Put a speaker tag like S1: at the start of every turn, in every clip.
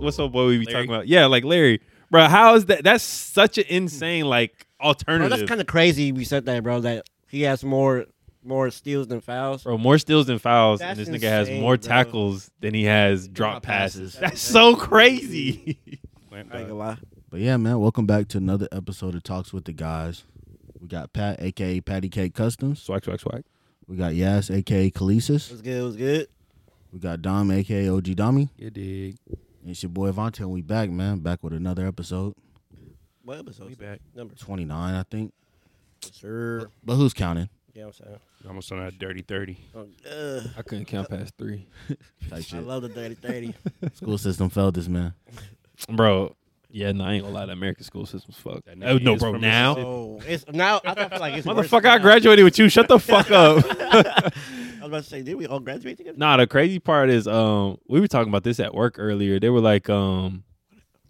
S1: what's old boy we be
S2: Larry?
S1: talking about? Yeah, like Larry, bro. How is that? That's such an insane like
S3: Bro,
S1: alternative.
S3: that's kind of crazy. We said that, bro. That he has more more steals than fouls.
S1: Bro, more steals than fouls,
S3: That's
S1: and this nigga has
S3: insane,
S1: more
S3: bro.
S1: tackles than he has drop
S2: Drop passes.
S1: passes. That's so crazy.
S3: I ain't gonna lie.
S4: But yeah, man, welcome back to another episode of Talks with the Guys. We got Pat, aka Patty Cake Customs.
S1: swag, swag, swag.
S4: We got Yas, aka
S3: It
S4: Kalisis.
S3: was good. It was good.
S4: We got Dom, aka OG Dommy.
S2: You dig?
S4: And it's your boy Vontae, and we back, man. Back with another episode.
S3: What episode? is it? Number
S4: 29, I think.
S3: sure.
S4: But who's counting?
S3: Yeah, I'm saying.
S2: Almost on that dirty thirty.
S3: Ugh,
S5: I couldn't count past three.
S4: Type
S3: I
S4: shit.
S3: love the dirty thirty.
S4: School system failed this, man.
S1: Bro, yeah, no, I ain't gonna lie. The American school system's fucked.
S2: That
S1: Oh,
S2: nigga
S1: no,
S2: is
S1: bro,
S2: from
S1: now.
S3: oh, it's now. I feel like it's worse
S1: Motherfucker, I
S3: now.
S1: graduated with you. Shut the fuck up.
S3: I was about to say, did we all graduate together?
S1: nah, the crazy part is, um, we were talking about this at work earlier. They were like, um,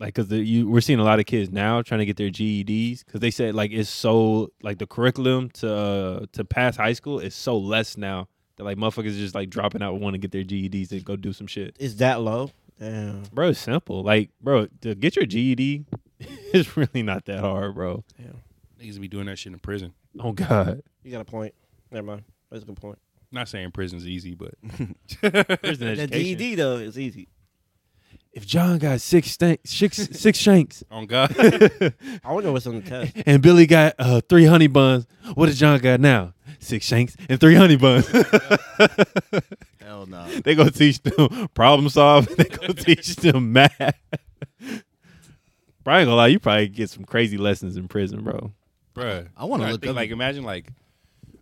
S1: like, cause the, you, we're seeing a lot of kids now trying to get their GEDs, cause they said like it's so like the curriculum to uh, to pass high school is so less now that like motherfuckers just like dropping out want to get their GEDs and go do some shit.
S3: Is that low? Damn.
S1: Bro, it's simple. Like, bro, to get your GED, it's really not that hard, bro.
S2: Niggas be doing that shit in prison.
S1: Oh God,
S3: You got a point. Never mind. That's a good point.
S2: Not saying prison's easy, but
S1: There's an
S3: The
S1: education.
S3: GED though is easy.
S1: If John got six stank, six six shanks,
S2: on God,
S3: I wonder what's on the test.
S1: and Billy got uh, three honey buns, what does John got now? Six shanks and three honey buns.
S4: Hell no.
S1: they gonna teach them problem solving. They gonna teach them math. Brian, gonna lie, you probably get some crazy lessons in prison, bro.
S2: bruh.
S4: I wanna
S2: to
S4: look up-
S2: like imagine like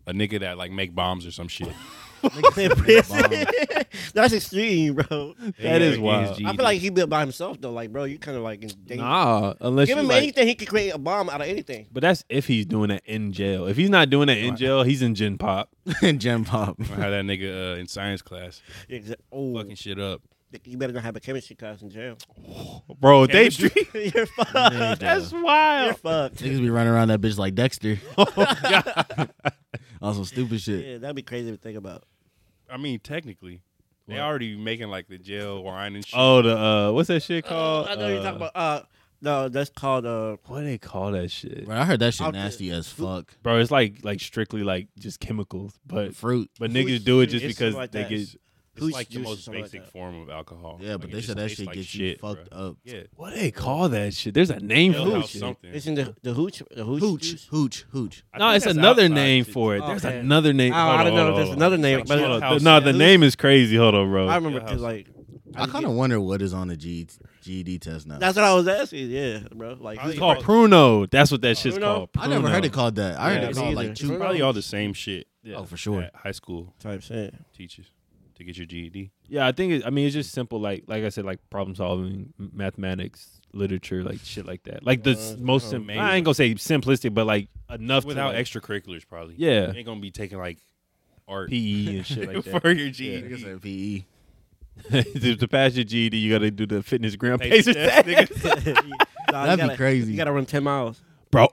S2: a nigga that like make bombs or some shit.
S3: Niggas in prison. That's extreme, bro.
S1: That is wild.
S3: I feel like he built by himself though. Like, bro, you kind of like in danger.
S5: Nah, unless
S3: Give
S5: you
S3: him
S5: like,
S3: anything, he could create a bomb out of anything.
S1: But that's if he's doing that in jail. If he's not doing that in jail, he's in gin pop.
S4: and Gem Pop.
S2: how that nigga uh, in science class
S3: Exa- Oh,
S2: fucking shit up.
S3: you better not have a chemistry class in jail.
S1: Bro, they
S2: Chemistry?
S3: You're fucked.
S1: that's
S3: You're
S1: wild.
S3: fucked.
S4: Niggas be running around that bitch like Dexter.
S2: Oh,
S4: On some stupid shit.
S3: Yeah, that'd be crazy to think about.
S2: I mean, technically, they
S1: What?
S2: already making like the jail wine and shit.
S1: Oh, the uh, what's that shit called?
S3: I know you're
S1: Uh,
S3: talking about. Uh, no, that's called. Uh,
S1: What do they call that shit,
S4: Bro, I heard that shit
S3: I'll-
S4: nasty as fuck.
S1: bro? It's like like strictly like just chemicals, but
S4: Fruit.
S1: but
S3: Who's-
S1: niggas do it just
S3: it's
S1: because
S3: like
S1: they
S3: that.
S1: get.
S2: It's
S3: who's
S2: like the
S3: juice or
S2: most
S3: something like
S2: basic
S3: that.
S2: form of alcohol.
S4: Yeah,
S2: Like,
S4: but
S2: it
S4: they
S2: just
S4: said that
S2: tastes
S4: shit
S2: like
S4: gets you
S2: bruh.
S4: fucked up.
S2: Yeah,
S1: What do they call that shit? There's a name
S2: Hell,
S1: for
S2: hell,
S1: that shit.
S2: something.
S3: It's in the the hooch the hooch.
S4: Hooch,
S3: juice?
S4: hooch, hooch.
S2: I
S1: No,
S2: think
S1: it's
S2: that's
S1: another
S2: outside
S1: name
S2: shit.
S1: for it.
S3: Oh,
S1: There's
S3: okay.
S1: another name.
S3: Oh, I
S1: Hold
S3: don't
S1: on,
S3: know if
S1: hold
S3: there's
S1: on.
S3: another name.
S2: Like
S3: but
S2: jail
S1: Hold on.
S2: house.
S1: No, the
S2: Yeah,
S1: name is crazy. Hold on, bro.
S3: I remember
S2: Yeah,
S3: because like
S4: I kind of wonder what is on the G- GED test now.
S3: that's what I was asking. Yeah, bro. Like
S2: Probably
S3: who's-
S1: It's called Pruno. That's what that shit's
S3: Pruno?
S1: called.
S4: I never
S1: Pruno.
S4: heard it called that. I heard
S3: Yeah,
S4: it
S3: me
S4: called
S3: either.
S4: like
S2: It's
S4: two.
S2: probably all the same shit.
S4: Oh, for sure.
S2: that high school
S3: type shit.
S2: teachers to get your E GED.
S1: Yeah, I think. It, I mean, it's just simple. Like, like I said, like problem solving, m- mathematics, literature, like shit like that. Like the s-
S3: Uh,
S1: most.
S3: oh,
S1: Sim-
S2: man.
S1: I ain't gonna say simplistic, but like enough to,
S2: Without
S1: like,
S2: extracurriculars, probably.
S1: Yeah.
S2: You ain't gonna be taking like art
S1: PE E and shit like that.
S2: for your
S4: Nigga
S2: GED.
S4: said E. PE.
S1: to, to pass your GED, you gotta do the fitness gram
S2: Hey,
S1: pacer test,
S2: that's nigga-
S3: Nah, you
S4: That'd be
S3: gotta-
S4: crazy.
S3: You gotta run ten miles.
S1: bro.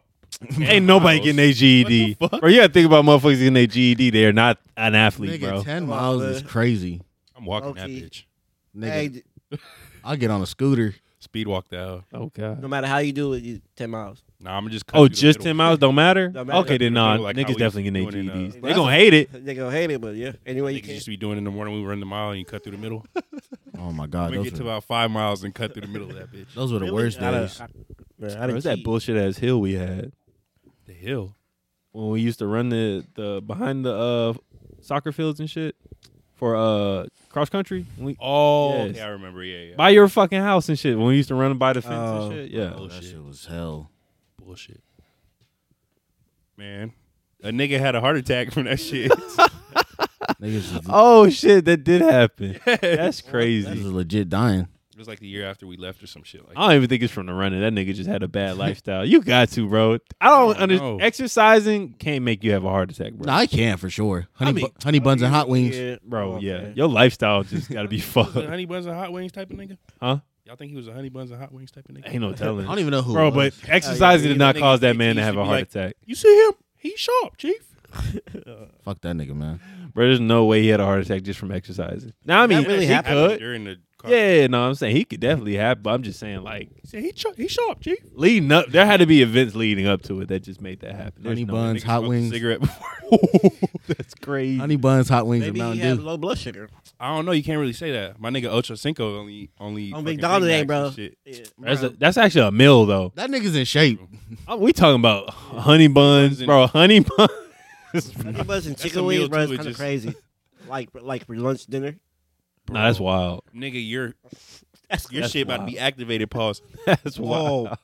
S1: Ain't nobody getting their GED. Bro, you gotta think about motherfuckers getting their GED. They are not an athlete,
S4: Nigga,
S1: bro.
S4: ten
S3: Come on,
S4: miles is
S3: bud.
S4: crazy.
S2: I'm walking
S3: Okay.
S2: that bitch.
S4: Nigga,
S3: Hey, d-
S4: I'll get on a scooter.
S2: Speed walk the hell.
S1: Oh god.
S3: no matter how you do it, you ten miles.
S2: Nah, I'm just. cut
S1: Oh,
S2: through the
S1: just
S2: middle.
S1: ten miles don't matter.
S3: Don't matter.
S1: Okay, then nah,
S2: Like, like how
S1: niggas
S2: we
S1: definitely getting
S2: used to
S1: their
S2: do it in, uh,
S1: GEDs. They
S3: That's
S1: gonna
S3: a-
S1: hate it.
S3: They gonna hate it, but yeah. Anyway, you
S2: Niggas
S3: can.
S2: used to be doing in the morning. We run the mile and you cut through the middle.
S4: Oh my god,
S2: We
S4: those
S2: get to
S4: were,
S2: about five miles and cut through the middle of that bitch.
S4: those were the
S3: Really?
S4: worst
S3: I don't-
S4: days.
S3: I- man, I
S1: Bro,
S3: didn't
S1: it's that
S3: cheat.
S1: bullshit ass hill we had.
S2: The hill.
S1: when we used to run the the behind the uh soccer fields and shit for uh cross country. When we
S2: Oh,
S1: Yes.
S2: okay, I remember. Yeah, yeah.
S1: by your fucking house and shit. When we used to run by the fence
S3: Oh.
S1: and shit. Yeah.
S4: Oh, that shit was hell.
S2: Bullshit. Man, a nigga had a heart attack from that shit.
S4: Niggas was,
S1: Oh shit, that did happen. That's
S4: niggas
S1: crazy.
S4: was legit dying.
S2: It was like the year after we left or some shit. Like,
S1: I don't even think it's from the running. That nigga just had a bad lifestyle. You got to, bro. I don't
S2: Oh, no.
S1: understand. Exercising can't make you have a heart attack, bro.
S4: No, I can for sure. Honey,
S1: I mean-
S4: bu- honey buns and hot wings.
S3: Yeah,
S1: bro, yeah.
S3: okay.
S1: Your lifestyle just got to be
S2: was it
S1: fucked.
S2: honey buns and hot wings type of nigga?
S1: Huh?
S2: Y'all think he was a honey buns and hot wings type of nigga?
S1: Ain't no
S4: I
S1: telling.
S4: don't even know who.
S1: Bro,
S4: it was.
S1: but exercising
S2: yeah,
S1: did not
S2: that nigga-
S1: cause that
S2: he
S1: man to
S2: used
S1: have
S2: to
S1: a
S2: be
S1: heart
S2: like-
S1: attack.
S2: You see him? He's sharp, chief.
S4: fuck that nigga, man.
S1: Bro, there's no way he had a heart attack just from exercising. Now I mean,
S3: really
S1: he
S3: happened?
S1: could.
S2: during the
S1: Yeah, no, I'm saying he could definitely happen, but I'm just saying like
S2: He said, He, ch- he sharp, Chief.
S1: leading up. There had to be events leading up to it that just made that happen. There's
S4: Honey
S1: no-
S4: buns,
S2: Nigga
S4: hot
S2: smoked a
S4: wings,
S2: Cigarette before.
S1: That's crazy.
S4: honey buns, hot wings, and
S3: Maybe he
S4: Mountain
S3: had
S4: Dew.
S3: low blood sugar.
S2: I don't know. You can't really say that. My nigga Ocho Cinco only only
S3: On
S2: fucking
S3: McDonald's,
S2: Big
S3: ain't
S2: Macs
S3: bro.
S2: and shit.
S3: Yeah,
S1: That's,
S3: bro.
S1: a, that's actually a meal though.
S4: That nigga's in shape.
S1: Uh, We talking about honey buns,
S2: and-
S1: bro. Honey buns.
S3: Honey buns and
S2: That's a
S3: chicken wings,
S2: meal,
S3: bro. It's
S2: too, it
S3: kind of
S2: just-
S3: crazy. like like for lunch dinner.
S1: nah, that's wild.
S2: Nigga, your
S3: That's
S2: your
S1: That's
S2: shit about
S1: wild.
S2: to be activated. Pause.
S1: That's
S2: Whoa.
S1: wild.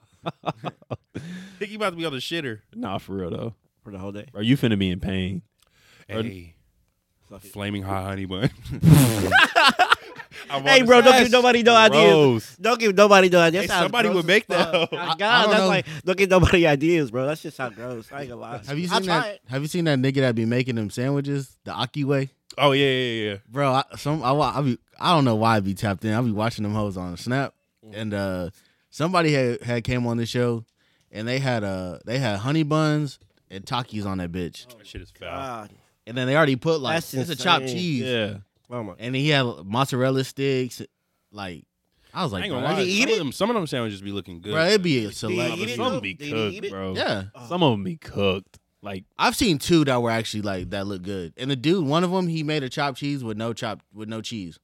S2: Think you about to be on the shitter.
S1: Nah, for real though.
S3: for the whole day.
S1: Bro, you finna be in pain. Or-
S2: Hey,
S3: Fuck it.
S2: flaming hot honey bun. I'm on
S3: Hey,
S2: the
S3: bro, don't
S2: side.
S3: give nobody no ideas.
S1: Gross.
S3: Don't give nobody no ideas.
S2: Hey,
S3: That's how
S2: somebody
S3: gross
S2: would
S3: as
S2: make
S3: fuck.
S2: that.
S3: My
S4: I- I
S3: God,
S4: don't
S3: that's
S4: know.
S3: like don't give nobody ideas, bro. That's just how gross. I ain't gonna lie.
S4: Have you
S3: I
S4: seen that?
S3: tried.
S4: Have you seen that nigga that be making them sandwiches the Aki way,
S2: Oh yeah, yeah, yeah.
S4: bro? I, some I, wa- I be I don't know why I be tapped in. I be watching them hoes on Snap,
S3: Mm.
S4: and uh somebody had had came on the show, and they had uh they had honey buns and takis on that bitch,
S2: That shit is foul.
S3: God.
S4: and then they already put like
S3: That's
S4: it's a chopped
S3: insane.
S4: cheese,
S1: Yeah.
S3: Oh my.
S4: and he had mozzarella sticks, like. I was
S2: I
S4: like,
S2: ain't
S4: bro,
S2: gonna
S4: that
S2: lie.
S3: Did he eat
S2: Some
S3: it?
S2: of them, some of them sandwiches be looking good.
S4: Bro, it'd be a
S3: Did
S4: select.
S3: he eat it?
S1: Some of them be
S3: Did he eat
S1: cooked,
S3: it?
S1: bro.
S4: Yeah,
S1: Some of them be cooked. Like
S4: I've seen two that were actually like that looked good. And the dude, one of them, he made a chopped cheese with no chopped with no cheese.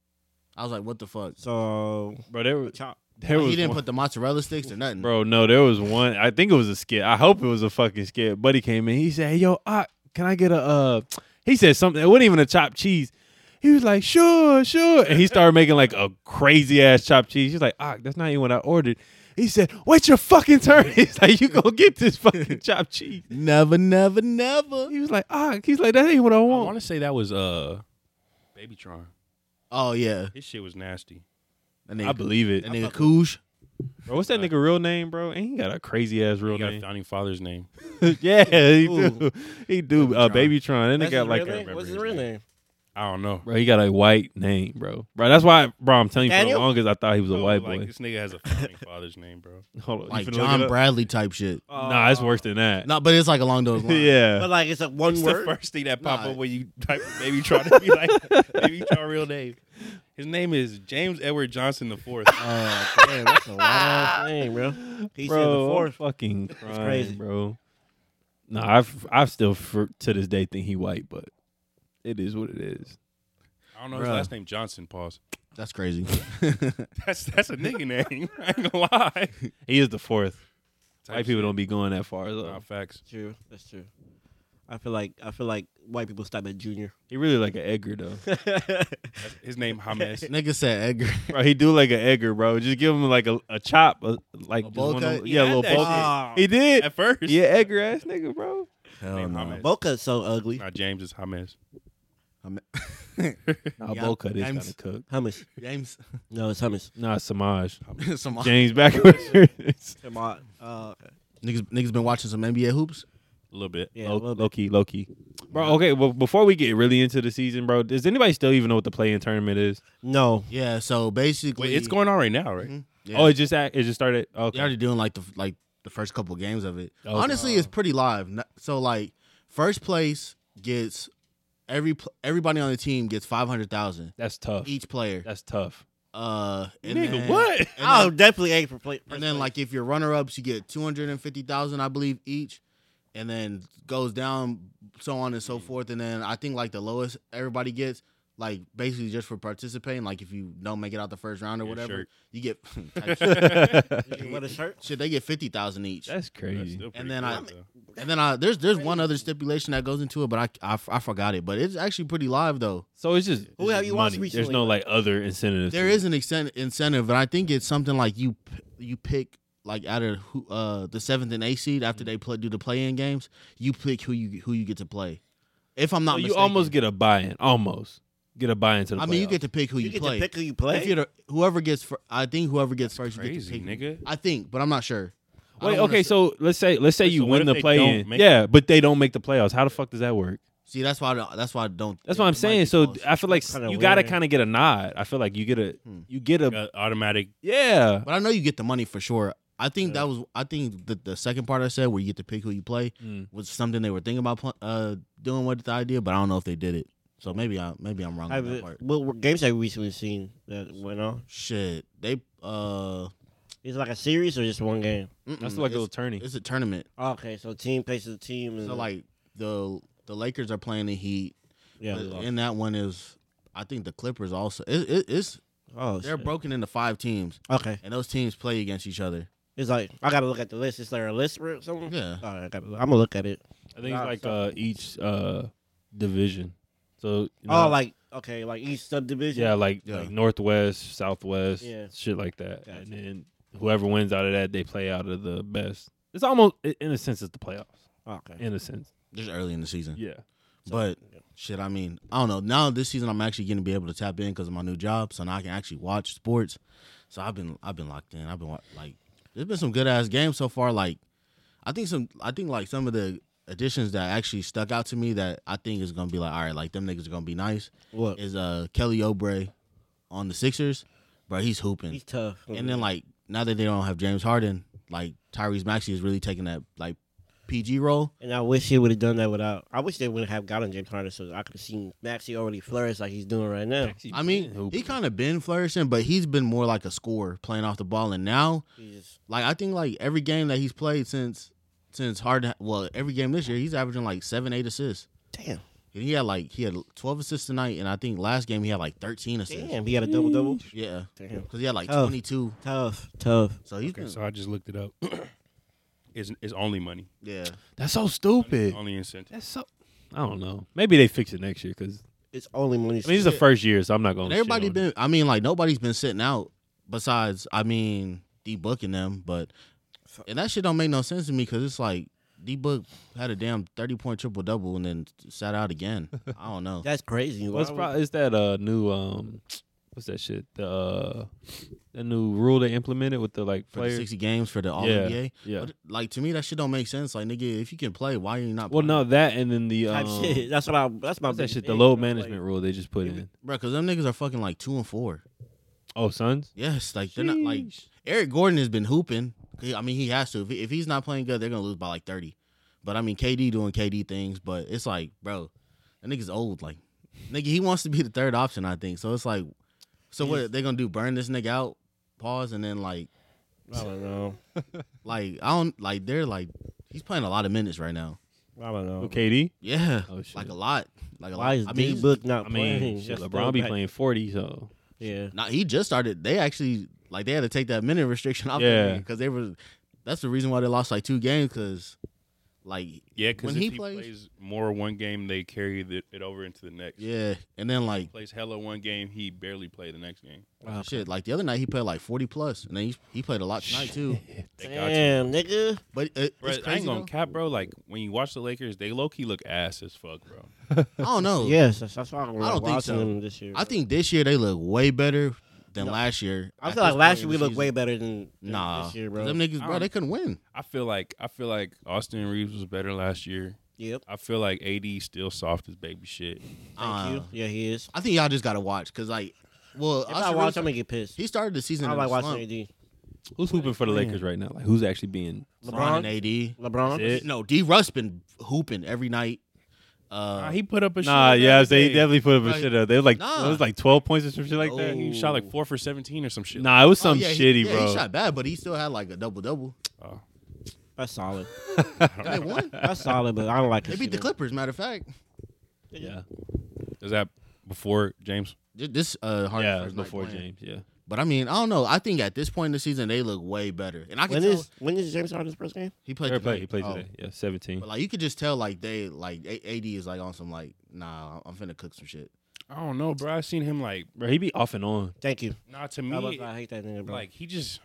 S4: I was like, what the fuck?
S3: So
S1: bro, there was
S3: chop.
S1: there was
S4: he didn't
S1: one-
S4: put the mozzarella sticks or nothing.
S1: Bro, no, there was one. I think it was a skit. I hope it was a fucking skit. Buddy came in. He said, "Hey, yo, I, can I get a?" uh He said something. It wasn't even a chopped cheese. He was like, "Sure, sure," and he started making like a crazy ass chopped cheese. He's like, "Ah, that's not even what I ordered." He said, "Wait your fucking turn." He's like, "You gonna get this fucking chopped cheese?"
S4: Never, never, never.
S1: He was like, "Ah," he's like, "That ain't what I
S2: I
S1: want."
S2: want to say that was uh, Babytron.
S4: Oh yeah.
S2: His shit was nasty.
S4: That
S1: I
S4: nigga,
S1: believe it.
S4: that nigga Koosh.
S1: Bro, what's that nigga real name, bro? And he got a crazy ass real
S2: He got
S1: name.
S2: founding father's name.
S1: yeah, he
S3: Ooh.
S1: do. He do. Uh, Baby Tron. And he
S3: That's
S1: got
S3: his
S1: like
S3: real
S1: a
S3: name? What's his
S2: remember
S3: real
S2: his
S3: name?
S2: I don't know.
S1: Bro, he got a white name, bro. Bro, that's why, bro. I'm telling you, for
S3: Daniel?
S1: the longest, I thought he was a
S2: Oh,
S1: white
S2: like,
S1: boy.
S2: This nigga has a founding father's name, bro.
S1: Hold on, you
S4: Like
S1: finna
S4: John
S1: look it up?
S4: Bradley type shit.
S1: Nah, it's worse than that.
S4: No, but it's like along those lines.
S1: yeah,
S3: But like it's a one
S2: It's
S3: word.
S2: the first thing that pop
S4: Nah.
S2: up when you type Baby Tron to be like Baby Tron real name. His name is James Edward Johnson the fourth.
S3: Oh, damn, that's a wild thing, bro. He said the
S1: bro. I'm
S3: fourth.
S1: fucking crying,
S3: crazy.
S1: bro. Nah, I've I still for, to this day think he white, but it is what it is.
S2: I don't know his
S4: Bruh.
S2: last name. Johnson. Pause.
S4: That's crazy.
S2: That's that's a nigga name. I ain't gonna lie.
S1: He is the fourth.
S2: Type
S1: White people don't be going that far
S2: shit. Nah,
S1: though.
S2: facts.
S3: True. That's true. I feel like I feel like white people stop at junior.
S1: He really like an Edgar though,
S2: That's- his name Hamas.
S4: nigga said Edgar.
S1: bro. He do like an Edgar, bro. Just give him like a, a chop, a, like
S4: A
S1: just
S4: bowl
S1: one of-
S4: cut?
S1: yeah, a
S2: He had
S1: little
S2: that
S1: bowl.
S2: shit.
S1: cut.
S3: Ah,
S1: He did,
S2: At first,
S1: yeah, Edgar ass nigga, bro.
S4: Hell
S2: Name
S4: no.
S2: Hamed.
S3: Boca's so ugly.
S2: Nah, James is Hamas.
S1: Nah,
S4: Yeah,
S1: bowl cut is
S4: I'm-
S1: kind of cooked.
S3: Hummus.
S4: James
S3: No, it's hummus.
S1: Nah, Samaj.
S4: some
S1: James backwards.
S3: Come on. Uh,
S4: niggas niggas been watching some NBA hoops.
S2: A little bit.
S3: yeah, a
S1: low,
S3: little bit.
S1: low key, low key. Bro, okay, well, before we get really into the season, bro, does anybody still even know what the play in tournament is?
S3: No.
S4: Yeah, so basically Mm-hmm.
S2: Wait, it's going on right now, right?
S4: Yeah.
S1: Oh, it just act- it just started. Okay.
S4: They're already doing like the like the first couple games of it.
S1: Okay.
S4: Honestly, it's pretty live. N- So like first place gets every pl- everybody on the team gets five hundred thousand
S1: That's tough.
S4: each player.
S1: That's tough.
S4: Uh, and
S1: Nigga,
S4: then,
S1: what?
S4: And
S3: Oh,
S4: then,
S3: definitely ain't for play.
S4: and then like if you're runner ups, you get two hundred and fifty thousand, I believe each, and then goes down so on and so forth. And then I think like the lowest everybody gets. Like basically just for participating, like if you don't make it out the first round or
S2: Yeah,
S4: whatever,
S2: shirt.
S4: you get type shit.
S1: That's
S3: you wear the shirt.
S4: shit. They get fifty thousand each.
S2: That's
S1: crazy.
S2: still pretty
S4: And then I-
S2: good, though.
S4: And then I, there's there's one other stipulation that goes into it, but I, I, I forgot it. But it's actually pretty live though.
S1: So it's just
S3: Who
S1: it's
S3: have
S1: just
S3: you watched
S1: money. There's
S3: recently?
S1: no like other incentives.
S4: There
S1: to it.
S4: is an extent, incentive, and I think it's something like you p- you pick like out of who, uh the seventh and eighth seed
S1: Mm-hmm.
S4: after they play do the play in games. You pick who you who you get to play. If I'm not,
S1: So you
S4: mistaken.
S1: almost get a buy in. Almost get a buy into the.
S4: I mean, you
S1: playoffs.
S4: get to pick who
S3: You,
S4: you,
S3: get
S4: play.
S3: to pick who you play.
S4: If you're the, whoever gets, fir- I think whoever gets first,
S2: Crazy,
S4: you get to pick.
S2: nigga.
S4: I think, but I'm not sure. I
S1: Wait,
S4: don't wanna
S1: okay,
S4: s-
S1: so let's say let's say
S2: Wait,
S1: you
S2: so what
S1: win
S2: if
S1: the
S2: they
S1: play
S2: don't
S1: in,
S2: make-
S1: yeah, but they don't make the playoffs. How the fuck does that work?
S4: see that's why I don't, that's why I don't.
S1: That's
S4: it
S1: what I'm
S4: might
S1: saying.
S4: get
S1: So
S4: lost.
S1: I feel like
S3: That's kinda
S1: you gotta
S3: weird.
S1: kind of get a nod. I feel like you get a
S4: Hmm.
S1: you get a
S2: Got automatic.
S1: yeah.
S4: But I know you get the money for sure. I think that was I think the, the second part I said where you get to pick who you play
S1: Mm.
S4: was something they were thinking about pl- uh, doing with the idea, but I don't know if they did it. So maybe I maybe I'm wrong
S3: I,
S4: on that part.
S3: what, what games have you recently seen that went on?
S4: Shit, they uh,
S3: It's like a series or just one game?
S1: That's like
S4: mm-mm,
S1: a little
S4: it's,
S1: tourney.
S4: it's a tournament.
S3: Okay, so team places a team. And,
S4: So like the the Lakers are playing the Heat,
S3: yeah,
S4: but-
S3: we lost.
S4: and that one is I think the Clippers also. It, it, it's
S3: oh,
S4: they're
S3: shit.
S4: broken into five teams,
S3: Okay,
S4: and those teams play against each other.
S3: it's like I gotta look at the list. Is there a list for it or something?
S4: Yeah,
S3: All right, I gotta, I'm gonna look at it.
S1: I think it's
S3: Nah,
S1: like
S3: so-
S1: uh, each uh, division. So you
S3: Oh,
S1: know,
S3: like okay, like each subdivision.
S1: yeah, like,
S4: Yeah.
S1: like northwest, southwest,
S3: Yeah.
S1: shit like that.
S3: Gotcha.
S1: And then whoever wins out of that, they play out of the best. It's almost i- in a sense it's the playoffs.
S3: Okay.
S1: In a sense,
S4: just early in the season.
S1: yeah.
S4: But shit, I mean, I don't know. Now this season, I'm actually going to be able to tap in because of my new job, so now I can actually watch sports. So I've been I've been locked in. I've been wa- like, there's been some good ass games so far. Like, I think some I think like some of the additions that actually stuck out to me that I think is going to be like, all right, like them niggas are going to be nice.
S3: What?
S4: Is uh Kelly Oubre on the Sixers, bro? He's hooping.
S3: He's tough.
S4: and then like now that they don't have James Harden, like Tyrese Maxey is really taking that like PG role.
S3: And I wish he would have done that without. I wish they would have gotten James Harden so I could have seen Maxi already flourish like he's doing right now.
S4: I mean, he kind of been flourishing, but he's been more like a scorer playing off the ball. And now,
S3: He just
S4: like I think, like every game that he's played since since Harden, well, every game this year, he's averaging like seven, eight assists.
S3: damn,
S4: And he had like he had twelve assists tonight, and I think last game he had like thirteen assists.
S3: damn, he had a double double.
S4: Yeah,
S3: Damn,
S4: because he had like
S3: Oh.
S4: twenty two.
S3: tough, tough.
S4: So he's
S2: Okay,
S4: been,
S2: so I just looked it up. it's, it's only money.
S4: yeah.
S1: That's so stupid.
S2: Only incentive.
S1: That's so. I don't know. Maybe they fix it next year because
S3: It's only money.
S1: I mean it's the first year, so I'm not going.
S4: And
S1: to
S4: everybody been. I mean, like nobody's been sitting out besides. I mean, D Book and them, but and that shit don't make no sense to me because it's like D Book had a damn thirty point triple double and then sat out again. I don't know.
S3: That's crazy.
S1: What's
S3: Why would-
S1: probably is that uh new um what's that shit the uh, the new rule they implemented with the like
S4: for the
S1: players.
S4: 60 games for the All
S1: Yeah,
S4: NBA.
S1: yeah.
S4: What- like to me, that shit don't make sense. Like nigga, if you can play, why are you not?
S1: Well,
S4: playing?
S1: no, that and then the
S3: type
S1: um,
S3: shit. That's what I. That's my.
S1: what's that
S3: big
S1: shit. The
S3: thing,
S1: load
S3: bro, like,
S1: management rule they just put in.
S4: bro, because them niggas are fucking like two and four.
S1: Oh, sons.
S4: Yes, like they're not like
S1: Sheesh.
S4: Eric Gordon has been hooping. He- I mean, he has to. If, he- if he's not playing good, they're gonna lose by like thirty. But I mean, KD doing KD things. But it's like, bro, that nigga's old. Like, nigga, he wants to be the third option. I think so. It's like, so what they gonna do? Burn this nigga out? Pause and then like,
S3: I don't know.
S4: like I don't like. They're like, he's playing a lot of minutes right now.
S3: I don't know.
S1: Who, KD.
S4: Yeah,
S1: Oh, shit.
S4: like a lot. Like a
S3: Why
S4: lot.
S3: is
S4: I mean,
S3: D
S4: he's-
S3: Book not
S1: I mean,
S3: playing?
S1: shit,
S3: That's
S1: LeBron be
S3: throwback.
S1: playing forty, so
S3: Yeah.
S4: Nah, he just started. They actually like they had to take that minute restriction off.
S1: Yeah.
S4: because they were. That's the reason why they lost like two games because, like,
S2: Yeah, because
S4: When
S2: if
S4: he
S2: he,
S4: plays-
S2: plays, more one game, they carry the, it over into the next.
S4: yeah, and then like
S2: Plays hella one game, he barely played the next game.
S4: Oh, shit, like the other night he played like forty plus, and then he, he played a lot tonight too.
S2: They got you.
S3: Damn, nigga.
S4: But it,
S2: Bro,
S4: it's
S2: I ain't
S4: crazy.
S2: gonna
S4: though.
S2: cap, bro. Like when you watch the Lakers, they low key look ass as fuck, bro.
S4: I don't know.
S3: Yes, that's, that's why I'm
S4: I don't think
S3: watching
S4: so.
S3: him this year.
S4: I think this year they look way better than
S3: No.
S4: last year.
S3: I
S4: at
S3: feel
S4: this
S3: like last
S4: point
S3: year
S4: in
S3: we
S4: the
S3: looked
S4: season.
S3: way better than, than
S4: Nah,
S3: this year, bro.
S4: them niggas,
S2: I
S4: bro, they
S2: don't-
S4: couldn't win.
S2: I feel like I feel like Austin Reeves was better last year.
S3: Yep.
S2: I feel like AD still soft as baby shit.
S3: Thank you.
S4: Uh,
S3: Yeah, he is.
S4: I think y'all just gotta watch because like, well,
S3: If I
S4: Austin
S3: watch,
S4: Reeves-
S3: I'm gonna get pissed.
S4: he started the season.
S3: I
S4: in
S3: like
S4: a slump.
S3: watching AD.
S1: who's hooping for the Lakers right now? Like, who's actually being?
S4: LeBron
S3: LeBron.
S4: and AD.
S3: LeBron.
S1: That's it.
S4: No, D Russ been hooping every night. Uh,
S2: Nah, he put up a
S1: Nah,
S2: shot.
S1: yeah, they
S2: he
S1: definitely put up a
S4: Like,
S1: shit up. They was like
S4: nah.
S1: it was like twelve points or some shit
S2: Oh.
S1: like that.
S4: No.
S2: He shot like four for seventeen or some shit.
S1: Nah, it was
S4: oh,
S1: something
S4: yeah,
S1: shitty,
S4: he, yeah,
S1: bro.
S4: He shot bad, but he still had like a double double.
S2: Oh.
S3: That's solid.
S4: They won.
S3: That's solid, but I don't like.
S4: They
S3: his
S4: beat the
S3: shooting.
S4: Clippers. Matter of fact,
S1: yeah,
S2: Is that before James?
S4: Th- this uh hard
S1: yeah, it
S4: first
S1: was
S4: night
S1: before
S4: playing.
S1: James. Yeah,
S4: But I mean, I don't know. I think at this point in the season, they look way better, and I can
S3: When
S4: tell
S3: is when is James Harden's first game?
S4: he played.
S1: Or play,
S4: tonight.
S1: he played
S4: Oh.
S1: today. Yeah, seventeen.
S4: But like you could just tell, like they like A- AD is like on some like, nah, I'm finna cook some shit.
S2: I don't know, bro. I seen him like
S1: Bro, he be off and on.
S3: Thank you.
S2: nah to
S3: I, love-
S2: me.
S3: I hate that nigga, bro.
S2: Like he just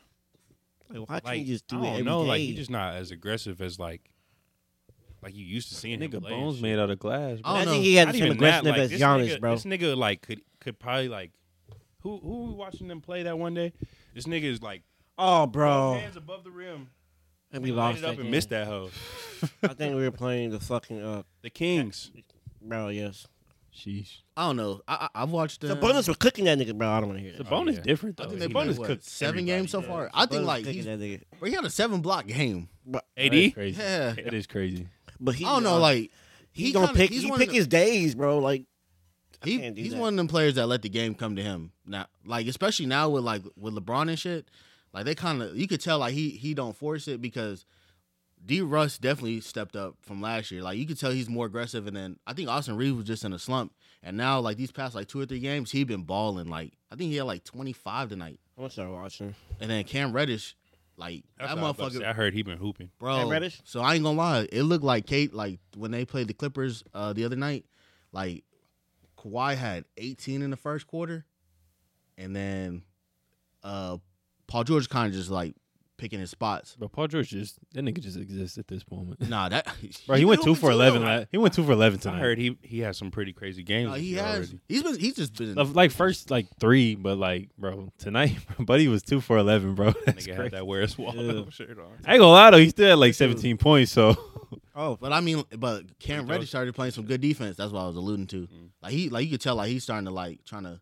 S3: Like, why
S2: like
S3: can't you just do
S2: I
S3: it
S2: don't
S3: every
S2: know. Like
S3: day?
S2: he's just not as aggressive as like like you used to seeing him.
S1: Nigga,
S2: play and
S1: bones
S2: shit.
S1: made out of glass. Bro.
S4: I
S3: I
S4: don't
S3: think
S4: know.
S3: he had
S2: Not
S3: the same
S2: even that.
S3: aggressiveness
S2: Like,
S3: as
S2: this
S3: Giannis,
S2: nigga,
S3: bro.
S2: This nigga like could could probably like who who we watching them play that one day. This nigga is like
S3: Oh, bro,
S2: hands above the rim,
S3: and we
S2: laid
S3: lost
S2: it up
S3: that
S2: and
S3: game.
S2: missed that hoe.
S3: I think we were playing the fucking uh,
S2: The Kings.
S3: bro. Yes,
S1: Sheesh.
S4: I don't know. I, I I've watched
S3: the
S4: them.
S3: bonus was cooking that nigga, bro. I don't want to hear
S1: The
S3: that.
S1: bonus
S2: yeah.
S1: different though.
S4: I think
S1: He
S4: they
S1: was
S4: bonus cooked seven games so far. I think
S3: Sabonis
S4: like
S3: cooking
S4: he's,
S3: that nigga.
S4: bro, he had a seven block game.
S3: But,
S2: AD.
S1: That's crazy.
S4: Yeah.
S1: That is crazy.
S3: but he,
S4: I don't know,
S3: uh,
S4: like
S3: he,
S4: he
S3: gonna
S4: kinda-
S3: pick.
S4: he's
S3: He
S4: one of
S3: pick
S4: the-
S3: his days, bro. Like
S4: He,
S3: can't do
S4: he's
S3: that.
S4: one of them players that let the game come to him now. Like especially now with like with LeBron and shit, like they kind of you could tell like he he don't force it because D Russ definitely stepped up from last year. Like you could tell he's more aggressive, and then I think Austin Reeves was just in a slump, and now like these past like two or three games he been balling. Like I think he had like twenty five tonight,
S3: I'm gonna start watching.
S4: and then Cam Reddish, like
S2: That's
S4: that
S2: what I was about to say.
S4: motherfucker.
S2: I heard he been hooping.
S4: Bro,
S3: Cam Reddish?
S4: so I ain't gonna lie. It looked like Kate, like when they played the Clippers uh, the other night, like Kawhi had 18 in the first quarter, and then uh, Paul George kind of just like picking his spots.
S1: But Paul George just that nigga just exists at this moment.
S4: Nah, that
S1: Bro, he went
S4: been
S1: two
S4: hooping
S1: for
S4: too,
S1: eleven.
S4: though.
S1: la- He went two for eleven
S2: I
S1: tonight.
S2: heard he he had some pretty crazy games.
S4: Nah,
S2: this
S4: Oh, he
S2: year
S4: has.
S2: already.
S4: He's been. He's just been.
S1: Of, like first like three, but like bro, tonight, buddy was two for eleven, bro. That's
S2: Nigga
S1: crazy.
S2: had that Where's Waldo
S1: Yeah.
S2: shirt on.
S1: I ain't gonna lie though, he still had like seventeen points. So
S3: Oh,
S4: But I mean, but
S2: Free
S4: Cam
S2: throws.
S4: Reddish started playing some good defense. That's what I was alluding to.
S2: Mm.
S4: Like he, like you could tell, like he's starting to like trying to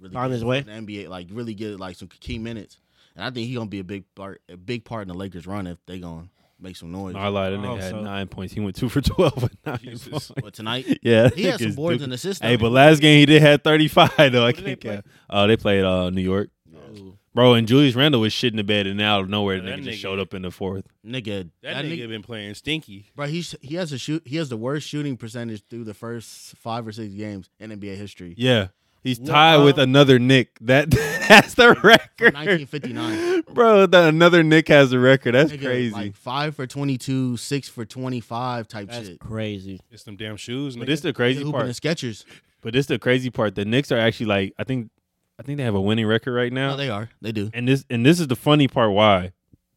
S4: really
S3: Find
S4: get
S3: his way.
S4: in the NBA, like really get like some key minutes. And I think he's gonna be a big part, a big part in the Lakers run if they gonna make some noise.
S1: I lied, that
S3: I
S1: nigga
S3: hope
S1: had
S3: so.
S1: nine points. He went two for twelve with nine
S2: Jesus.
S1: points.
S4: But tonight,
S1: Yeah, that
S4: he had some
S1: nigga's
S4: boards
S1: duke-
S4: and assists.
S1: Hey,
S4: though.
S1: but last game he did have thirty five though. I
S3: Who did they
S1: can't count. Oh, they played uh New York,
S4: Ooh.
S1: bro. And Julius Randle was shit in the bed, and out of nowhere,
S2: Yeah,
S1: the
S2: that
S1: nigga just
S2: nigga-
S1: showed up in the fourth.
S4: nigga,
S2: That, nigga, been playing stinky.
S4: bro, he's he has a shoot, he has the worst shooting percentage through the first five or six games in NBA history.
S1: Yeah, he's
S3: No,
S1: tied with
S3: uh,
S1: another Nick. That that's the record.
S4: 1959.
S1: bro. The, another Nick has the record. That's
S4: Nigga,
S1: crazy.
S4: Like five for twenty-two, six for twenty-five type
S3: that's
S4: shit.
S3: crazy.
S2: It's them damn shoes.
S1: but
S2: Nigga.
S1: this is the
S4: Crazy
S1: crazy
S4: hooping
S1: part.
S4: and Skechers.
S1: But this is the crazy part. The Knicks are actually like I think I think they have a winning record right now.
S4: No, they are. They do.
S1: and this and this is the funny part. Why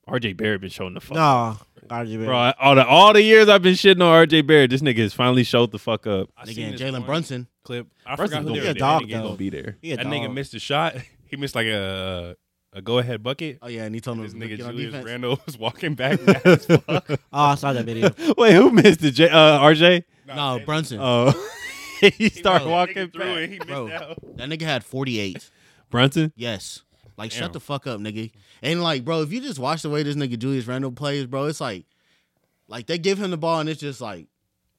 S1: R.J. Barrett been showing the fuck. up.
S3: No, RJ
S1: Bro, I, all the all the years I've been shitting on R.J. Barrett, this nigga has finally showed the fuck up.
S2: I seen
S4: Again,
S2: this
S4: Jalen
S2: one
S4: Brunson.
S2: clip. I
S1: Brunson's
S2: forgot who
S1: gonna
S2: they
S1: be
S2: were
S1: a
S3: dog,
S2: dating again.
S3: though.
S1: be there.
S3: He a
S2: That
S3: dog.
S2: nigga missed a shot. He missed like a a go ahead bucket.
S4: Oh yeah, and he told him
S2: This
S4: to
S2: nigga
S4: get on
S2: Julius
S4: defense.
S2: Randle was walking back. mad as fuck.
S3: Oh, I saw that video.
S1: Wait, who missed the J- uh, RJ?
S4: No, Brunson.
S1: Oh, he started
S4: was-
S1: walking
S2: through
S1: through it.
S2: and he missed
S4: Bro.
S2: out.
S4: that nigga had 48.
S1: Brunson.
S4: Yes. Like
S2: Damn.
S4: shut the fuck up, nigga. And like, bro, if you just watch the way this nigga Julius Randle plays, bro, it's like, like they give him the ball and it's just like,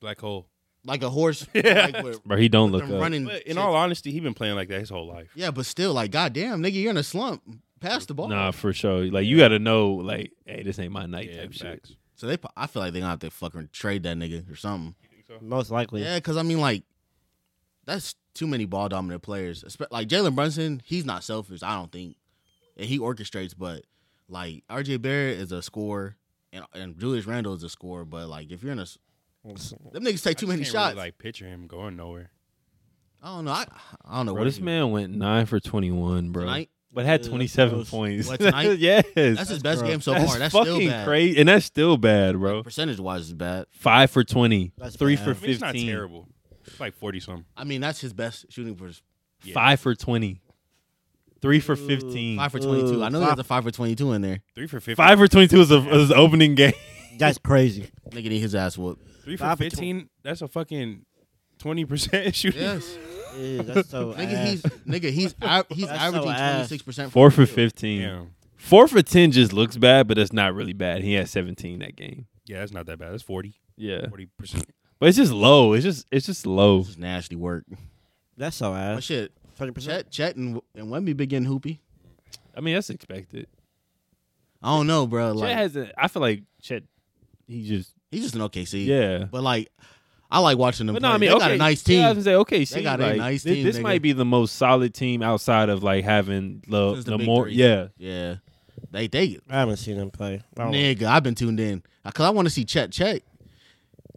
S2: Black hole.
S4: like a horse,
S2: Yeah.
S4: like with
S1: Bro, he don't look
S4: them
S1: up.
S4: running.
S2: But in
S4: shit.
S2: all honesty, he been playing like that his whole life.
S4: yeah, but still, like, goddamn, nigga, you're in a slump. Pass the ball.
S1: Nah, for sure. Like you got to know, like, hey, this ain't my night type shit.
S2: facts.
S4: So they, I feel like they gonna have to fucking trade that nigga or something.
S2: You think so?
S3: Most likely.
S4: Yeah, because I mean, like, that's too many ball dominant players. Espe- Like Jalen Brunson, he's not selfish, I don't think, and he orchestrates. But like RJ Barrett is a scorer, and, and Julius Randle is a scorer. But like, if you're in a, s- them niggas take too
S2: I just
S4: many
S2: can't
S4: shots.
S2: Really, like picture him going nowhere.
S4: I don't know. I, I don't know.
S1: Bro,
S4: where
S1: this
S4: he-
S1: man went nine for twenty one, bro.
S4: tonight,
S1: But had
S3: Uh,
S1: twenty seven
S3: gross.
S1: points.
S4: What, tonight?
S1: yes,
S4: that's his best
S3: gross.
S4: game so
S1: That's
S4: far. That's
S1: fucking
S4: still bad.
S1: crazy, and that's still bad, bro.
S4: Percentage wise is bad.
S1: Five for twenty,
S3: That's
S1: three
S3: bad.
S1: for
S3: I
S2: I mean, it's not
S1: fifteen,
S2: terrible. It's like forty something.
S4: I mean, that's his best shooting for
S2: Yeah.
S1: five for twenty, three for
S3: Ooh,
S1: fifteen.
S4: five for twenty two.
S3: Ooh,
S4: I know
S3: five-
S4: there's a five for twenty two in there.
S2: Three for fifteen.
S1: Five for twenty two is a is the opening game.
S3: That's crazy.
S4: Nigga need his ass whooped.
S2: Three for
S3: Five for tw-
S2: fifteen. That's a fucking twenty percent shooting.
S4: Yes.
S3: Ew, that's so.
S4: Nigga,
S3: ass.
S4: he's nigga, he's a- he's
S3: That's so
S4: averaging twenty
S3: ass.
S4: six percent.
S1: Four for fifteen.
S2: Yeah.
S1: Four for ten just looks bad, but it's not really bad. He had seventeen that game.
S2: Yeah, that's not that bad. That's 40.
S1: Yeah,
S2: 40 percent.
S1: but it's just low. It's just it's just low.
S4: This is nasty work.
S3: That's so
S4: But
S3: ass.
S4: shit,
S3: Twenty percent.
S4: Chet, Chet, and and Wemby begin hoopy.
S1: I mean, that's expected.
S4: I don't know, bro. Like
S1: Chet has a. I feel like Chet. He just
S4: he's just an OKC.
S1: yeah.
S4: But like, I like watching them.
S1: But
S4: play.
S1: no, I mean,
S4: they
S1: okay,
S4: got a nice
S1: yeah, I
S4: team.
S1: was gonna say, okay, see,
S4: got a
S1: like,
S4: nice
S1: thi-
S4: team,
S1: This,
S4: nigga.
S1: might be the most solid team outside of like having the
S4: Since the
S1: the
S4: big
S1: more
S4: three.
S1: yeah.
S4: Yeah, they they
S3: I haven't seen him play. I
S1: Oh.
S3: don't-
S4: nigga. I've been tuned in because I want to see Chet. Chet,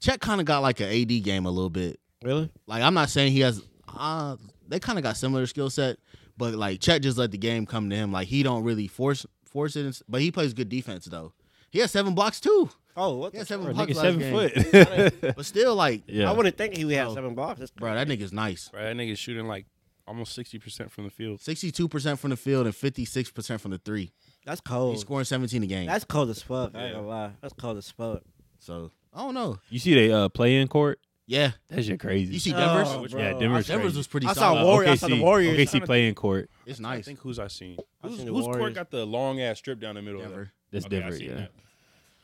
S4: Chet kind of got like an AD game a little bit.
S3: Really?
S4: Like I'm not saying he has. Uh, they kind of got similar skill set, but like Chet just let the game come to him. Like he don't really force force it, but he plays good defense though. He has seven blocks too.
S3: Oh, what?
S4: He
S3: the
S4: has seven
S3: fuck?
S4: blocks
S1: Nigga,
S4: last
S1: seven
S4: game.
S1: foot.
S4: But still, like,
S1: yeah.
S3: I wouldn't think he would have
S4: Oh.
S3: seven blocks. That's
S4: bro, that nigga's nice.
S2: Right, that nigga's shooting like almost 60% from the field.
S4: Sixty-two percent from the field and fifty-six percent from the three.
S3: That's
S4: He's
S3: cold.
S4: scoring seventeen a game.
S3: Oh. That's cold as fuck. I
S2: Yeah.
S3: ain't gonna lie. That's cold as fuck.
S4: so I don't know.
S1: You see they uh, play in court.
S4: Yeah,
S1: That's just crazy.
S4: you see Denver's.
S3: Oh,
S1: yeah,
S3: bro.
S1: Denver's,
S4: Denver's was pretty
S3: I saw
S4: solid.
S3: Warriors. Warrior- I saw the Warriors.
S1: Uh, Okay, see play in court.
S4: It's
S2: I
S4: nice.
S2: think who's I seen?
S3: I've
S2: Who's,
S3: seen the
S2: who's court
S3: Warriors.
S2: got the long ass strip down the middle of
S4: Denver.
S1: That's
S2: Okay, I
S1: Denver.
S2: seen
S1: Yeah.
S2: that.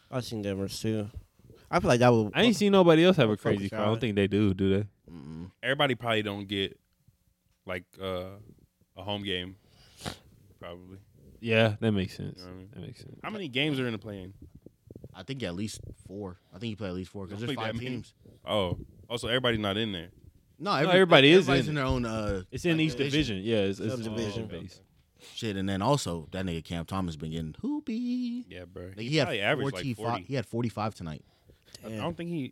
S3: I seen Denver's too. I feel like that would.
S1: I ain't seen nobody else have a
S3: Fuck
S1: crazy
S3: with
S1: call. I
S3: y'all.
S1: don't think they do. Do they?
S4: Mm-mm.
S2: Everybody probably don't get like uh, a home game, probably.
S1: Yeah, that makes sense.
S2: You know what I mean?
S1: That makes sense.
S2: How many games are in the play-in?
S4: I think at least four. I think you play at least four because
S2: Don't
S4: there's
S2: think that
S4: five
S2: many.
S4: teams.
S2: Oh, also everybody's not in there.
S4: No,
S1: everybody is
S4: everybody's
S1: in
S4: in, their own uh,
S1: It's in
S4: like
S1: each division. Yeah, it's, it's division
S3: Subdivision.
S1: based.
S4: shit. And then also that nigga Cam Thomas been getting hoopy.
S2: Yeah, bro.
S4: Nigga, he had
S2: probably averaged
S4: 45
S2: like forty.
S4: He had 45 tonight.
S2: I don't think he.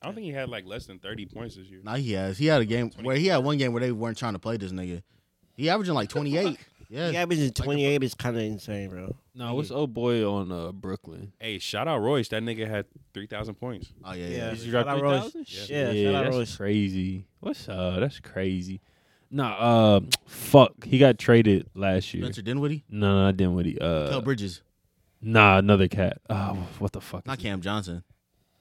S2: I don't think he had like less than thirty points this year.
S4: Now he has. He had a game where he had one game where they weren't trying to play this nigga. He averaging like 28. Yeah.
S3: The average is 28 is kind of insane, bro.
S1: No, what's old boy on uh, Brooklyn?
S2: Hey, shout out Royce. That nigga had three thousand points.
S4: Oh yeah. Yeah.
S1: you
S3: Shout
S1: drop
S3: out
S1: 3,000?
S3: Royce.
S2: Yeah.
S3: Yeah,
S1: yeah,
S3: shout out
S1: that's
S3: Royce.
S1: crazy. What's uh? That's crazy. Nah, uh, fuck. He got traded last year.
S4: Spencer Dinwiddie.
S1: No, no, I didn't with he.
S4: Kel
S1: Uh,
S4: Bridges.
S1: nah, another cat. Oh, what the fuck?
S4: Not
S1: is it?
S4: Cam Johnson.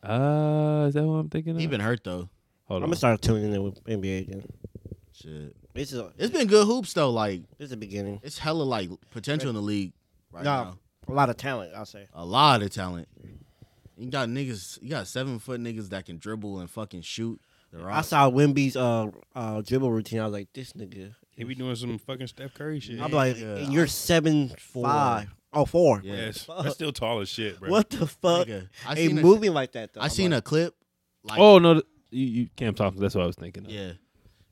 S1: Uh, is that what I'm thinking?
S4: He
S1: of?
S4: been hurt though.
S1: Hold
S3: I'm
S1: on.
S3: gonna start tuning in with NBA again.
S4: Shit.
S3: This is a,
S4: It's been good hoops though. Like
S3: this is the beginning.
S4: it's hella like potential in the league right
S3: Nah.
S4: now.
S3: A lot of talent, I'll say.
S4: A lot of talent. You got niggas. You got seven foot niggas that can dribble and fucking shoot. The
S3: I
S4: rock.
S3: saw Wimby's uh, uh dribble routine. I was like, this nigga.
S2: He be doing some fucking Steph Curry shit.
S3: I'm like,
S4: Yeah.
S3: and you're seven five. Oh, four.
S4: Yeah.
S2: yes,
S3: Fuck.
S2: that's still tall as shit, bro.
S3: What the fuck?
S4: Nigga,
S3: I
S4: I
S3: hey,
S4: seen a,
S3: moving like that though.
S4: I seen a clip. Like,
S1: oh no, th- you, you Cam Thompson. That's what I was thinking. Of.
S4: yeah,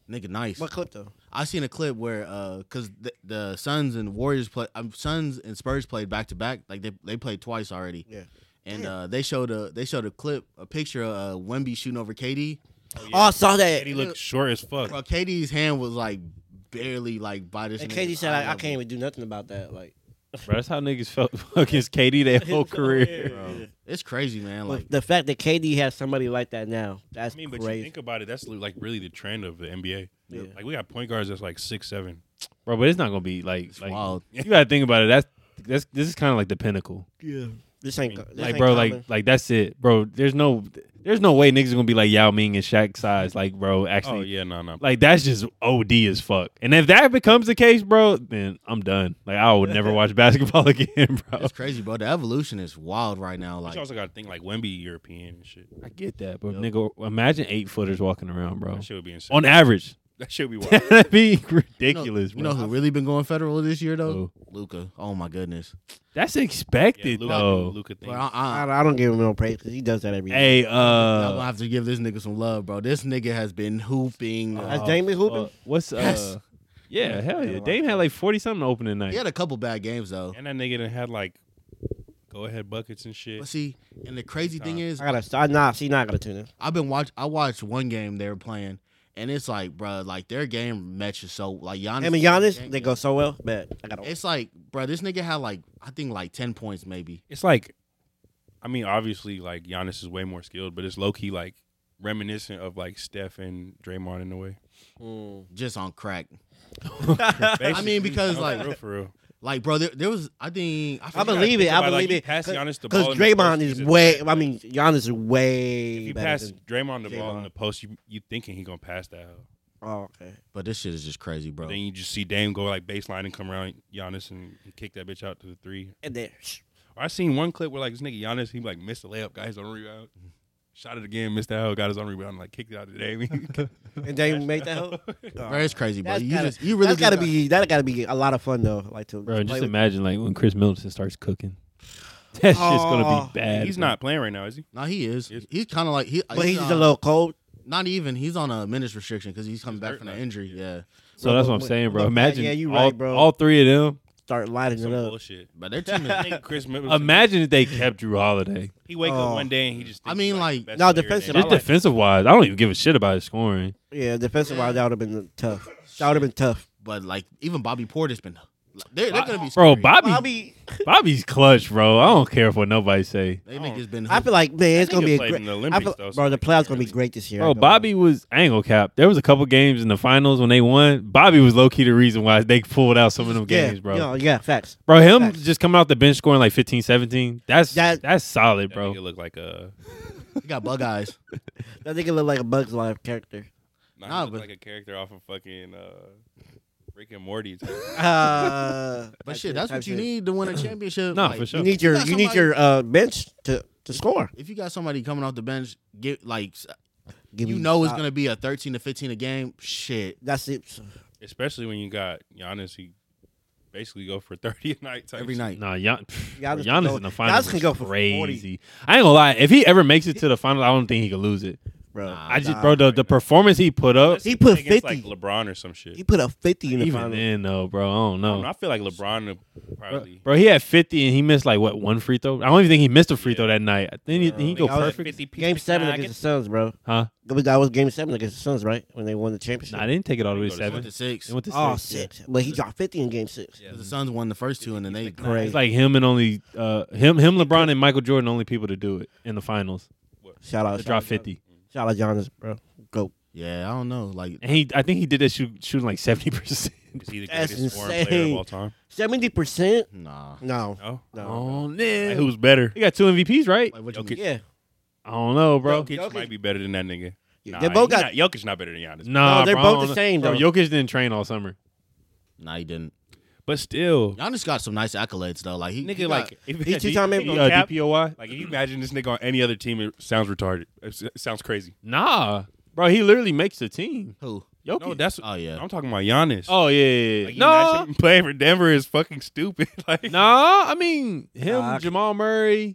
S4: nigga, nice.
S3: what clip though?
S4: I seen a clip where uh, cause the, the Suns and Warriors play, um, Suns and Spurs played back to back. Like they they played twice already.
S3: Yeah.
S4: And uh, they showed a they showed a clip, a picture of uh, Wemby shooting over KD.
S2: yeah.
S3: Oh, I saw that.
S2: And he looked short as fuck.
S4: Bro, KD's hand was like barely like by this.
S3: And
S4: nigga's
S3: KD said,
S4: eye
S3: I, I
S4: level.
S3: can't even do nothing about that. Like
S1: Bro, that's how niggas felt against KD their whole career.
S3: Yeah.
S4: It's crazy, man.
S3: But
S4: Like
S3: the fact that KD has somebody like that now,
S2: I
S3: that's
S2: mean, but you
S3: crazy.
S2: think about it, that's li- like really the trend of the NBA.
S3: Yeah.
S2: Like we got point guards that's like six seven.
S1: Bro, but it's not gonna be like
S4: it's
S1: like
S4: wild.
S1: you gotta think about it. That's that's this is kind of like the pinnacle.
S3: yeah. This ain't
S2: Like,
S3: this
S1: like
S3: ain't
S1: bro,
S3: common.
S1: like like that's it, bro. There's no there's no way niggas gonna be like Yao Ming and Shaq size. Like bro, actually,
S2: Oh yeah, no, no.
S1: like that's just OD as fuck. And if that becomes the case, bro, then I'm done. Like I would never watch basketball again, bro.
S4: It's crazy, bro. The evolution is wild right now.
S2: But
S4: Like
S2: you also got to think like Wemby European and shit.
S1: I get that, but nigga, imagine eight footers walking around, bro.
S2: That shit would be insane.
S1: On average,
S2: that shit would be wild.
S1: that'd be
S4: you know-
S1: ridiculous,
S4: You
S1: bro.
S4: know who really been going federal this year though? Luca. Oh my goodness.
S1: that's
S2: yeah,
S1: expected
S2: Luka,
S1: though.
S2: Luka thing.
S4: Bro, I,
S3: I,
S4: I,
S3: I don't give him no praise because he does that every year.
S1: Hey,
S4: I'm gonna
S1: uh,
S4: have to give this nigga some love, bro. This nigga has been hooping.
S3: Has Dame been hooping?
S1: fuck. what's uh?
S4: Yes.
S1: Yeah, hell yeah.
S3: like
S1: Dame
S3: that.
S1: had like forty something opening night.
S4: he had a couple bad games though.
S2: and that nigga done had like go ahead buckets and shit.
S4: But see, and the crazy thing is,
S3: Uh, I gotta start. Nah, see, now I gotta tune in.
S4: I've been watch. I watched one game they were playing, and it's like, bruh, like their game matches so like Giannis.
S3: Him and Giannis, they go so well, but I gotta.
S4: Oh. It's like, bruh, this nigga had like I think like ten points maybe.
S2: It's like, I mean, obviously, like Giannis is way more skilled, but it's low key like reminiscent of like Steph and Draymond in a way.
S3: Mm.
S4: Just on crack,
S2: Basically,
S4: mean, because,
S2: no,
S4: like-
S2: for real, for real.
S4: like bro, there, there was I think I
S3: I
S4: forget-
S3: believe it.
S2: Think about,
S3: I
S2: like,
S3: believe
S2: you
S3: it.
S2: Pass Giannis the
S3: Because
S2: ball in the
S3: Draymond
S2: post,
S3: is
S2: he's a-
S3: way. I mean, Giannis is way.
S2: If you
S3: better
S2: pass
S3: than-
S2: Draymond the ball in
S3: Draymond.
S2: the post, you you thinking he gonna pass that? hoe.
S3: oh, okay.
S4: But this shit is just crazy, bro.
S2: Then you just see Dame go like baseline and come around Giannis and kick that bitch out to the three.
S3: And then
S2: Or I seen one clip where like this nigga Giannis he like missed a layup, got his own rebound, shot it again, missed that hoe, got his own rebound, like kicked it out to Dame.
S3: and Dame make that. hoe? Oh,
S4: Bro, it's crazy, bro.
S3: that's
S4: You
S3: gotta-
S4: just you really
S3: that's gotta
S4: just-
S3: be that gotta be a lot of fun though. Like to
S1: Bro,
S3: play
S1: just
S3: with-
S1: imagine like when Chris Middleton starts cooking. That's just gonna
S3: Oh,
S1: be bad.
S2: He's
S1: bro.
S2: not playing right now, is he?
S4: No, he is.
S2: Yes.
S4: He's kind of like he.
S3: but he's just a
S4: on-
S3: little cold.
S4: Not even. He's on a minutes restriction because he's coming
S2: He's
S4: back
S2: hurt
S4: from an
S2: now.
S4: injury. Yeah.
S1: So that's what I'm
S3: Look,
S1: saying, bro.
S3: look,
S1: Imagine
S3: yeah, you
S1: all,
S3: right, bro.
S1: all three of them.
S3: Start lighting
S2: Some
S3: it up.
S2: bullshit.
S4: But their team
S2: I
S4: is.
S2: think Chris Middleton.
S1: Imagine if they kept Drew Holiday.
S2: he wake
S3: Oh.
S2: up one day and he just.
S4: I
S2: thinks
S4: mean,
S2: he's,
S4: like-
S2: the best
S3: No,
S2: player
S3: defensive,
S1: Just
S2: in the
S3: I like-
S1: defensive wise, I don't even give a shit about his scoring.
S3: Yeah, defensive wise, that would have been tough. That would have been tough.
S4: but like even Bobby Porter's been. They're, they're gonna be
S1: Bro,
S4: scary.
S1: Bobby,
S3: Bobby,
S1: Bobby's clutch, bro. I don't care if what nobody say.
S4: They
S2: I
S4: niggas been.
S3: I feel like man, it's
S2: That
S3: gonna
S2: nigga
S3: be a
S2: played
S3: great.
S2: in the
S3: I
S2: Olympics,
S3: feel,
S2: though, so
S3: bro, the
S2: like,
S3: playoffs gonna be great this year. I
S1: Bro,
S3: know.
S1: Bobby was I ain't gonna cap. There was a couple games in the finals when they won. Bobby was low key the reason why they pulled out some of them
S3: yeah,
S1: games, bro.
S3: Yeah, yeah, facts.
S1: Bro, him
S3: Facts.
S1: just coming out the bench scoring like 15, 17. That's
S3: That-
S1: that's solid,
S2: That
S1: bro.
S2: nigga look like a.
S4: he got bug eyes.
S3: That nigga look like a Bugs Life character.
S2: Nah,
S4: Nah,
S2: he look
S4: but-
S2: like a character off of fucking uh, Rick and Morty. type.
S3: Uh,
S4: But
S3: type
S4: shit,
S3: shit,
S4: that's
S3: type
S4: what you
S3: shit.
S4: need to win a championship.
S1: Nah,
S4: Like,
S1: for sure.
S3: You need your
S4: got
S3: you need
S4: somebody-
S3: your uh, bench to to score.
S4: If you got somebody coming off the bench, get like s-
S3: Give
S4: you
S3: me
S4: know it's
S3: five.
S4: gonna be a thirteen to fifteen a game. Shit,
S3: That's it.
S2: especially when you got Giannis. He basically go for thirty a night type
S4: every night.
S2: shit.
S1: Nah, Gian,
S3: Giannis
S1: Giannis,
S3: can go-
S1: in the finals
S3: Giannis
S1: Giannis
S3: can go for 40.
S1: crazy. I ain't gonna lie. If he ever makes it to the final, I don't think he can lose it.
S3: bro.
S4: Nah,
S1: I just, bro, the, the performance he put up,
S3: He put 50.
S2: Against, like LeBron or some shit.
S3: he put up 50 in the
S1: even
S3: final.
S1: then though, bro, I don't
S2: I, don't know,
S1: know.
S2: I feel like LeBron would
S1: Bro,
S2: probably
S1: bro, he had 50 and he missed like what one free throw. I don't even think he missed a free throw that night. I think he, he go
S3: I was
S1: perfect.
S3: Game seven against the Suns, bro.
S1: Huh?
S3: That was game seven against the Suns, right? When they won the championship.
S1: Nah, I didn't take it all the way to
S2: He go to
S1: seven.
S4: Went to six.
S1: It went to
S3: oh,
S1: six. yeah.
S3: six. But he dropped 50 in game six.
S4: The Suns won the first two, and then they
S1: Nah,
S3: Crazy.
S1: It's like him and only uh, him, him, LeBron, and Michael Jordan, only people to do it in the finals.
S3: Shout out.
S1: To
S3: shout
S1: drop
S3: out-
S1: fifty,
S3: Shout out Giannis, bro. Go.
S4: Yeah, I don't know. Like
S1: and he, I think he did that shoot, shooting like seventy percent.
S2: Is he the
S3: That's
S2: greatest foreign player
S3: insane.
S2: of all time?
S3: 70%?
S4: nah.
S3: No.
S2: No.
S3: No.
S1: Oh
S2: Like,
S1: man,
S2: who's better?
S1: he got two MVPs, right?
S4: Like, what you
S2: Jokic.
S4: mean?
S3: Yeah.
S1: I don't know, bro.
S2: Jokic,
S3: Jokic-
S2: might be better than that nigga.
S3: Yeah,
S2: Nah,
S3: they both
S2: he
S3: got-
S2: Not, Jokic not better than Giannis.
S1: Nah,
S3: No, they're
S1: bro,
S3: both
S1: I don't
S3: the
S1: know.
S3: same,
S1: Bro,
S3: though.
S1: Jokic didn't train all summer.
S4: Nah, he didn't.
S2: But still,
S4: Giannis got some nice accolades though. Like he, he
S2: nigga,
S4: got-
S2: like if
S3: He two-time
S2: if
S1: Uh,
S2: you
S3: MVP.
S2: cap-
S1: DPOY?
S2: Like if you imagine this nigga on any other team, it sounds retarded. It s- sounds crazy.
S1: Nah, bro, he literally makes the team.
S4: who?
S1: Jokic.
S2: No, that's
S4: Oh yeah.
S2: I'm talking about Giannis.
S1: oh yeah, yeah, yeah.
S2: Like, you
S1: no,
S2: imagine him playing for Denver is fucking stupid. Like,
S1: nah. I mean, him,
S3: Nah, I-
S1: Jamal Murray.
S2: you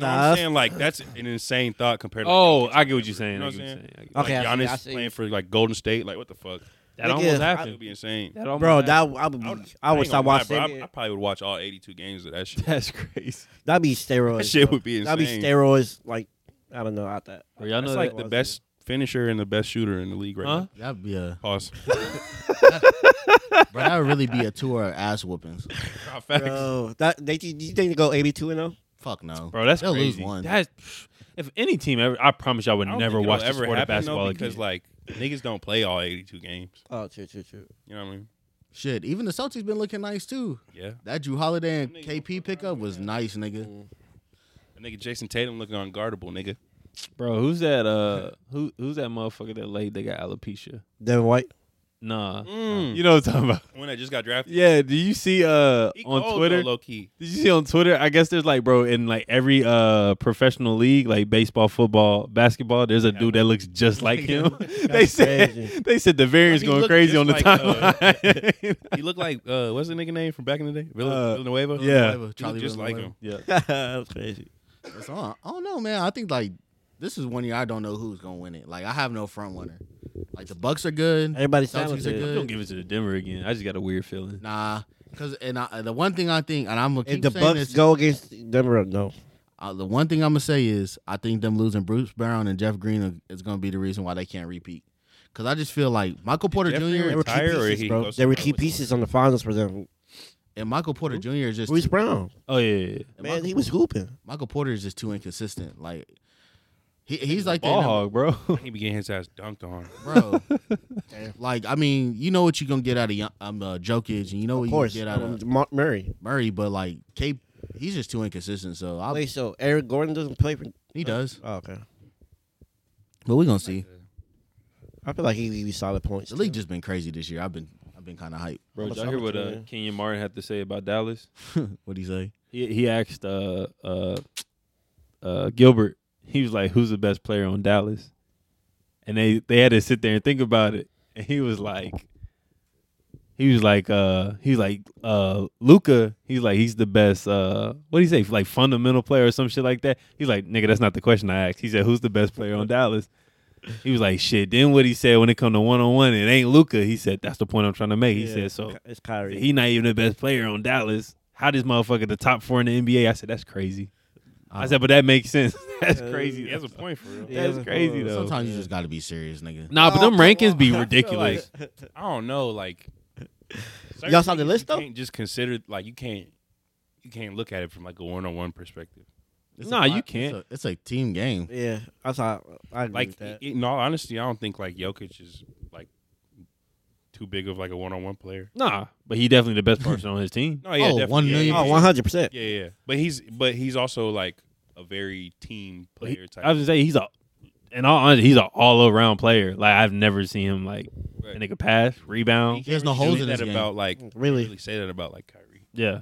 S2: know what I'm
S3: Nah.
S2: saying like that's an insane thought compared. to like,
S1: Oh,
S2: Jokic
S1: I get what
S2: or
S1: you're
S2: whatever.
S1: saying.
S2: You know
S1: I
S2: what
S1: get
S2: I'm
S1: what you're
S2: saying?
S1: saying.
S2: Like,
S3: Okay, I see,
S2: Giannis
S3: I see.
S2: playing for like Golden State. Like what the fuck?
S1: That
S3: Nigga,
S1: almost
S3: I-
S2: That would
S1: happened.
S2: be insane.
S1: That almost
S3: Bro,
S1: happened.
S3: that I would, I would, I would
S2: ain't
S3: stop
S2: gonna lie,
S3: watching.
S2: bro.
S3: it.
S2: I, I probably would watch all 82 games of that shit.
S1: That's crazy.
S3: That'd be steroids.
S2: That shit
S3: bro.
S2: would be
S3: That'd be
S2: insane.
S3: steroids. Like I don't know about that.
S1: Bro, y'all know
S2: That's
S1: that-
S2: like
S3: was
S2: the
S3: it.
S2: best finisher and the best shooter in the league right
S1: Huh?
S2: now.
S4: That'd be a.
S2: Pause.
S4: Bro, that would really be a tour of ass whoopings.
S2: Facts.
S3: Bro, that they do you think they go eighty two and oh? zero?
S4: Fuck no,
S1: Bro, that's
S4: They'll
S1: crazy.
S4: lose one.
S1: That's if any team ever, I promise y'all would
S2: I don't
S1: never
S2: think it'll
S1: watch the
S2: ever
S1: sport of
S2: happen, though,
S1: basketball
S2: because
S1: again.
S2: like niggas don't play all 82 games.
S3: Oh, true, true, true.
S2: You know what I mean?
S4: Shit, even the Celtics been looking nice too.
S2: Yeah.
S4: That Drew Holiday and KP pickup was nice, nigga.
S2: That nigga Jason Tatum looking unguardable, nigga.
S1: bro, who's that? Uh, who who's that motherfucker that late? They got alopecia.
S3: Devin White.
S1: Nah,
S2: Mm.
S1: you know what I'm talking about.
S2: When I just got drafted.
S1: Yeah. Do you see uh
S2: He
S1: on
S2: cold, though,
S1: Twitter?
S2: low key.
S1: Did you see on Twitter? I guess there's like, bro, in like every uh professional league, like baseball, football, basketball, there's a dude that looks just like him. they said
S3: crazy.
S1: they said the variance
S2: He
S1: going
S2: looked
S1: crazy
S2: just
S1: on the
S2: like,
S1: timeline.
S2: He looked like uh, what's the nigga name from back in the day? Villa,
S1: Uh,
S2: Villanueva.
S1: yeah.
S2: He
S4: Whatever,
S2: looked
S4: Charlie
S2: just like
S4: Villanueva.
S2: him.
S1: yeah.
S3: That's crazy.
S4: So, I I don't know, man. I think like this is one year I don't know who's gonna win it. Like I have no front winner. Like the Bucks are good.
S3: Everybody's
S4: Celtics are
S3: talented.
S1: You Don't give
S4: good.
S1: it to the Denver again. I just got a weird feeling.
S4: Nah, because and I, the one thing I think, and I'm gonna keep
S3: If the
S4: saying
S3: Bucks
S4: this,
S3: go against Denver, no.
S4: uh, the one thing I'm gonna say is I think them losing Bruce Brown and Jeff Green are- is gonna be the reason why they can't repeat. Because I just feel like Michael Porter
S2: Jeff Green
S4: Jr.
S3: They were key
S2: Retire or
S3: pieces,
S2: he
S3: bro.
S2: goes
S3: They were
S2: somewhere
S3: key
S2: with-
S3: pieces on the finals for them.
S4: and Michael Porter Jr. is just
S3: Bruce Brown,
S1: Oh yeah, yeah, yeah.
S4: and
S3: man,
S4: Michael,
S3: he was hooping.
S4: Michael Porter is just too inconsistent. Like he, he's like the
S1: ball
S4: number-
S1: hog, bro.
S2: He be getting his ass dunked on.
S4: bro. like I mean, you know what you're gonna get out of Gian- um, uh, Jokic, and you know what
S3: Of
S4: you
S3: course,
S4: get out of
S3: um, Mark Murray.
S4: Murray, but like Cape, he's just too inconsistent. So I,
S3: Wait, so Eric Gordon doesn't play for?
S4: he does,
S3: Oh, okay.
S4: but we're gonna see.
S3: I feel like he he solid points.
S4: The league just been crazy this year. I've been I've been kind of hyped.
S1: bro,
S3: I'm a
S1: did y'all hear what uh,
S3: solitary.
S1: Kenyon Martin had to say about Dallas?
S4: what do you say?
S1: He he asked uh uh uh Gilbert. He was like, "Who's the best player on Dallas?" And they they had to sit there and think about it. And he was like, he was like, uh, he was like, uh, Luca. He's like, he's the best. Uh, what do you say? Like fundamental player or some shit like that. He's like, nigga, that's not the question I asked. He said, who's the best player on Dallas? He was like, shit. Then what he said when it come to one on one, it ain't Luca. He said, that's the point I'm trying to make. He
S3: Yeah,
S1: said, so
S3: it's Kyrie.
S1: he not even the best player on Dallas. How this motherfucker the top four in the NBA? I said that's crazy. I said, but that makes sense. that's
S3: Yeah.
S1: crazy.
S2: He has a point for real.
S3: Yeah.
S1: That's crazy though.
S4: Sometimes you just gotta be serious, nigga.
S1: Nah, but
S3: Oh,
S1: them rankings
S3: I
S1: be
S3: feel
S1: ridiculous.
S3: like-
S2: I don't know, like certain
S3: Y'all saw the
S2: things
S3: list,
S2: you
S3: though?
S2: Can't just consider like you can't you can't look at it from like a one on one perspective.
S4: It's a
S1: Nah,
S4: fi-
S1: you can't.
S4: It's a, it's a team game.
S3: Yeah, that's how I agree
S2: Like
S3: with that.
S2: in all honesty, I don't think like Jokic is like too big of like a one on one player.
S1: Nah, but he definitely the best person on his team.
S2: No, yeah,
S4: Oh,
S2: definitely.
S4: one
S2: yeah,
S4: million
S2: yeah,
S3: Oh,
S2: yeah.
S3: 100 percent.
S2: Yeah, yeah. But he's but he's also like a very team
S1: But he-
S2: player type.
S1: I was gonna say he's a, in all honesty, he's an all around player. Like I've never seen him like
S2: Right.
S1: a nigga pass,
S2: You
S1: rebound.
S2: can't
S4: There's no
S2: really
S4: holes
S2: say
S4: in
S2: that
S4: his game.
S2: about like you can't
S3: Really.
S2: really say that about like Kyrie.
S1: Yeah,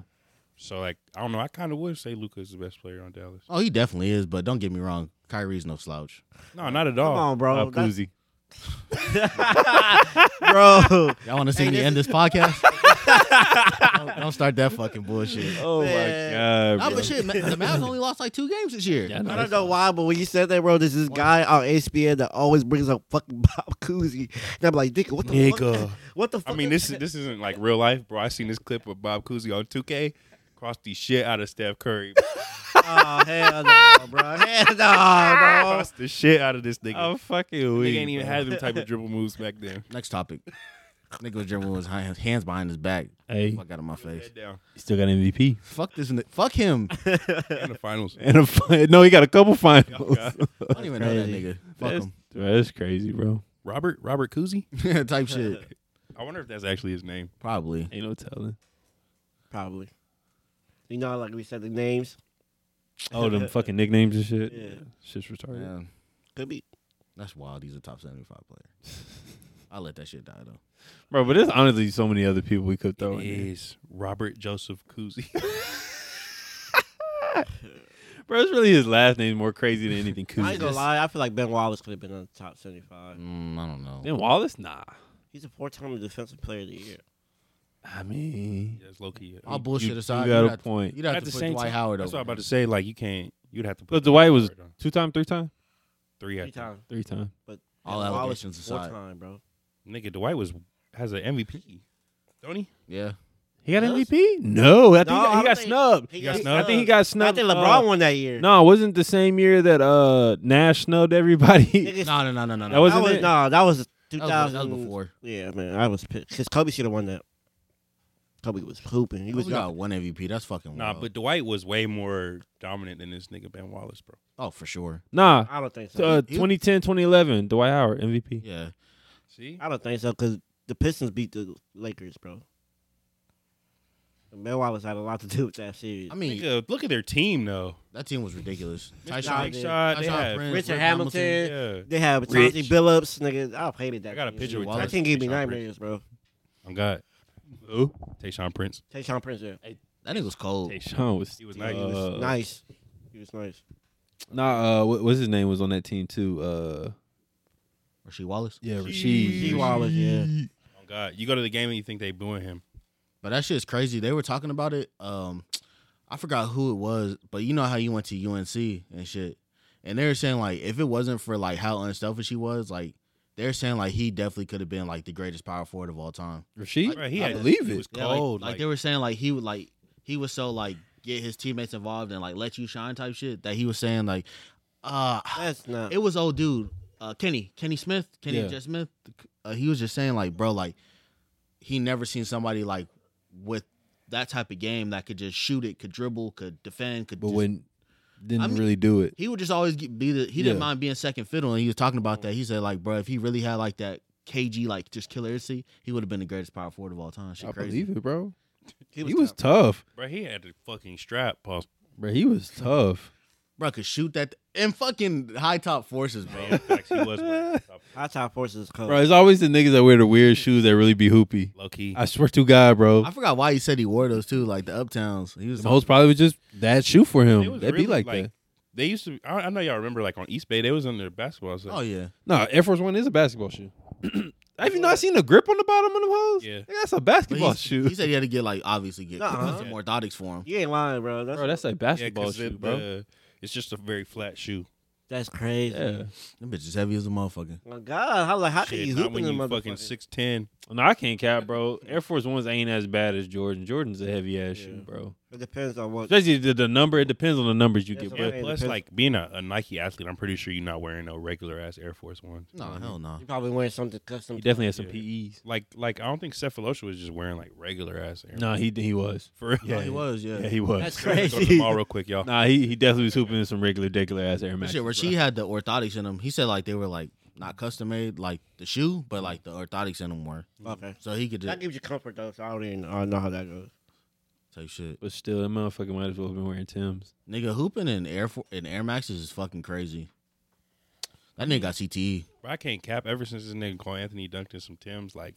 S2: So like I don't know. I kind of would say Luca is the best player on Dallas.
S4: Oh, he definitely is, but don't get me wrong, Kyrie's no slouch.
S2: No, not at
S3: Come
S2: all. Uh,
S3: on, bro.
S1: Pop
S3: That-
S1: Cousy.
S3: bro.
S4: Y'all want to see
S3: Hey,
S4: me
S3: this
S4: end
S3: is-
S4: this podcast? don't, don't start that fucking bullshit.
S1: Oh
S3: Man.
S1: my god,
S4: Nah,
S1: bro.
S4: but shit, Ma- the Mavs only lost like two games this year.
S1: Yeah,
S3: I
S1: it's
S3: don't know why, but when you said that, bro, there's this guy on ESPN that always brings up fucking Bob Cousy, and I'm like, nigga, what the
S1: Nigga.
S3: fuck? What the?
S2: I
S3: fuck
S2: mean, this is this isn't like real life, bro. I seen this clip of Bob Cousy on 2K cross the shit out of Steph Curry.
S3: Oh hell no, bro. Hell no, bro.
S2: Cross the shit out of this nigga.
S1: I'm Oh, fucking
S2: Oh, Nigga
S1: weak.
S2: ain't even
S1: bro.
S2: had them type of dribble moves back then.
S4: Next topic. Nigga was dribbling with his hand- hands behind his back.
S1: Hey,
S4: Fuck out of my face.
S2: Head down
S1: he still got MVP
S4: Fuck this. ni- Fuck him. I
S2: in the finals.
S1: and a fi- no, he got a couple finals.
S2: God.
S4: don't even know that
S3: crazy.
S4: nigga.
S1: that's,
S4: Fuck
S1: bro, that's crazy, bro.
S2: Robert Robert Cousy.
S4: him. Type shit.
S2: I wonder if that's actually his name.
S4: Probably.
S1: Ain't no telling.
S3: Probably. You know, like we said, the names
S1: Oh, them fucking nicknames and shit.
S3: Yeah.
S1: shit's retarded.
S4: Yeah.
S3: could be.
S4: That's wild. He's a top 75 player. I let that shit die, though.
S1: Bro, but there's honestly so many other people we could throw in. there.
S2: is Robert Joseph Cousy.
S1: Bro, it's really his last name more crazy than anything.
S3: I ain't gonna
S1: Kuzis.
S3: lie. I feel like Ben Wallace could have been on the top 75.
S4: Mm, I don't know.
S1: Then Wallace, nah.
S3: He's a four-time defensive player of the year.
S1: I mean,
S2: yeah, it's low key.
S4: All bullshit
S1: you
S4: aside,
S1: got
S4: you'd
S1: a
S4: have to-
S1: point.
S4: You'd have to put Dwight Howard
S2: That's
S4: over.
S2: what I'm about to say. Like you can't. You'd have to put
S1: But Dwight was
S2: Howard on.
S1: two time, three time,
S2: three. I
S3: Three
S2: think.
S3: times.
S1: three time.
S4: All
S3: Ben Wallace
S4: allegations
S3: four
S4: aside.
S3: time, bro.
S2: Nigga, Dwight was has an MVP. Don't he?
S4: yeah.
S1: He got
S3: Yes.
S1: MVP? No, I think he got,
S3: No, I
S1: he got
S3: don't think-
S1: snubbed.
S3: He
S2: got
S3: got
S2: snubbed?
S1: I think he got
S3: I
S1: snubbed.
S3: think LeBron
S1: uh,
S3: won that year.
S1: No, it wasn't the same year that uh Nash snubbed everybody.
S3: Niggas-
S4: No, no, no, no, no.
S1: That wasn't
S3: that was,
S1: it?
S3: No, that was
S4: That was,
S3: 2000.
S4: that was before.
S3: Yeah, man, I was pissed because Kobe should have won that. Kobe was hooping. He
S4: He
S3: was dropping.
S4: got one MVP. That's fucking
S2: Nah,
S4: wild.
S2: but Dwight was way more dominant than this nigga Ben Wallace, bro.
S4: oh, for sure.
S1: nah,
S3: I don't think so.
S1: uh,
S4: he-
S1: 2010, 2011, Dwight Howard MVP.
S4: Yeah.
S2: See,
S3: I don't think so because the Pistons beat the Lakers, bro. And Mel Wallace had a lot to do with that series.
S4: I mean,
S2: nigga, look at their team though.
S4: that team was ridiculous.
S2: Nah,
S4: Tyshawn,
S3: Big
S2: Shot, they
S4: Tyshawn
S2: had-
S4: Prince,
S3: Richard
S4: Rick
S3: Hamilton.
S2: Yeah,
S3: they have
S2: Rich.
S3: Chauncey Billups, nigga. I hated that.
S2: I got a
S3: team.
S2: picture with
S4: Wallace.
S3: That team gave me
S2: Tayshaun
S3: nightmares, bro.
S2: on Oh, God. Who? Tayshawn Prince.
S3: Tayshaun Prince, yeah.
S4: That nigga was cold.
S1: Sean was,
S2: He was
S1: uh,
S2: nice. He
S3: nice.
S2: was
S3: He was nice.
S1: Nah, uh, what, what's his name was on that team too? Uh,
S4: Rasheed Wallace.
S1: yeah, Rasheed.
S2: Gee
S3: G Wallace, yeah.
S2: On Oh, God, you go to the game and you think they booing him.
S4: But that shit's crazy. They were talking about it. Um, I forgot who it was, but you know how you went to UNC and shit, and they were saying like if it wasn't for like how unselfish he was, like they're saying like he definitely could have been like the greatest power forward of all time.
S1: Rasheed?
S2: Bro, he
S1: I
S2: had-
S1: believe
S2: he
S1: it.
S2: Was
S4: Yeah, like-
S2: cold.
S4: like, they were saying like he would like he was so like get his teammates involved and like let you shine type shit that he was saying like uh
S3: That's not.
S4: it was old dude uh, Kenny Kenny Smith Kenny
S1: Yeah.
S4: J Smith. Uh, he was just saying like, bro, like he never seen somebody like with that type of game that could just shoot it, could dribble, could defend, could.
S1: but
S4: just-
S1: when didn't
S4: I mean-
S1: really do it.
S4: he would just always get, be the he didn't
S1: Yeah.
S4: mind being second fiddle, and he was talking about that. He said like, bro, if he really had like that KG like just killer instinct, he would have been the greatest power forward of all time. Shit,
S1: I
S4: crazy.
S1: believe it, bro.
S3: he
S1: he
S3: was,
S1: was
S3: tough.
S1: tough.
S2: bro, he had a fucking strap, Paul.
S1: bro. He was tough.
S4: Bro could shoot that and fucking high top forces,
S2: Man,
S4: bro.
S2: facts, he was wearing top-
S3: High top forces coach.
S1: Bro, it's always the niggas that wear the weird shoes that really be hoopy.
S2: low key.
S1: I swear to God, bro.
S4: I forgot why he said he wore those too, like the uptowns. He was
S1: The host probably was just that shoe for
S2: It
S1: him.
S2: was
S1: That'd be
S2: really,
S1: like,
S2: like-
S1: that.
S2: They used to. I, I know y'all remember, like on East Bay, they was on their basketball. So.
S4: oh yeah,
S1: Nah, Air Force One is a basketball shoe. Have you not seen the grip on the bottom of them hoes?
S2: Yeah.
S1: Nigga, that's a
S4: But
S1: basketball
S4: he's-
S1: shoe.
S4: He said he had to get like obviously get
S3: Nuh-uh.
S4: some orthotics for him.
S3: You ain't lying, bro. That's
S1: bro, that's a
S2: Yeah,
S1: basketball
S2: 'cause
S1: shoe,
S2: it-
S1: bro.
S2: the- it's just a very flat shoe.
S3: that's crazy.
S1: yeah.
S4: Them bitches heavy as a motherfucker.
S3: My God, how like how can
S2: Shit,
S3: you
S2: not
S3: hoop in
S2: when
S3: them
S2: you
S3: motherfucking
S2: fucking six ten.
S1: No, I can't cap, bro. Air Force Ones ain't as bad as Jordan. Jordan's a heavy ass
S3: Yeah.
S1: shoe, bro.
S3: It depends on what.
S1: Especially the, the number. It depends on the numbers you
S3: That's
S1: get.
S3: what I'm
S1: But
S3: saying.
S2: Plus,
S3: depends-
S2: like being a, a Nike athlete, I'm pretty sure you're not wearing no regular ass Air Force Ones.
S4: No, hell no.
S3: You probably wearing something custom.
S1: he definitely had some
S2: Yeah.
S1: PEs.
S2: Like, like I don't think Seth Filosha was just wearing like regular ass Air.
S1: No, he he was.
S2: for real.
S1: Yeah,
S4: he was. Yeah,
S1: Yeah, he was.
S3: That's
S2: Go to
S3: crazy.
S2: the mall real quick, y'all.
S1: Nah, he, he definitely was hooping in some regular, regular ass Air Max.
S4: Shit, where she had the orthotics in them. He said like they were like not custom made, like the shoe, but like the orthotics in them were.
S3: okay.
S4: So he could
S3: That
S4: just
S3: gives you comfort though, so I don't even I know how that goes.
S4: say shit.
S1: But still, that motherfucker might as well have been wearing Tim's.
S4: Nigga hooping in Air for in Air Maxes is fucking crazy. That nigga got E. CTE.
S2: Bro, I can't cap. Ever since this nigga Cole Anthony dunked in some Tim's, like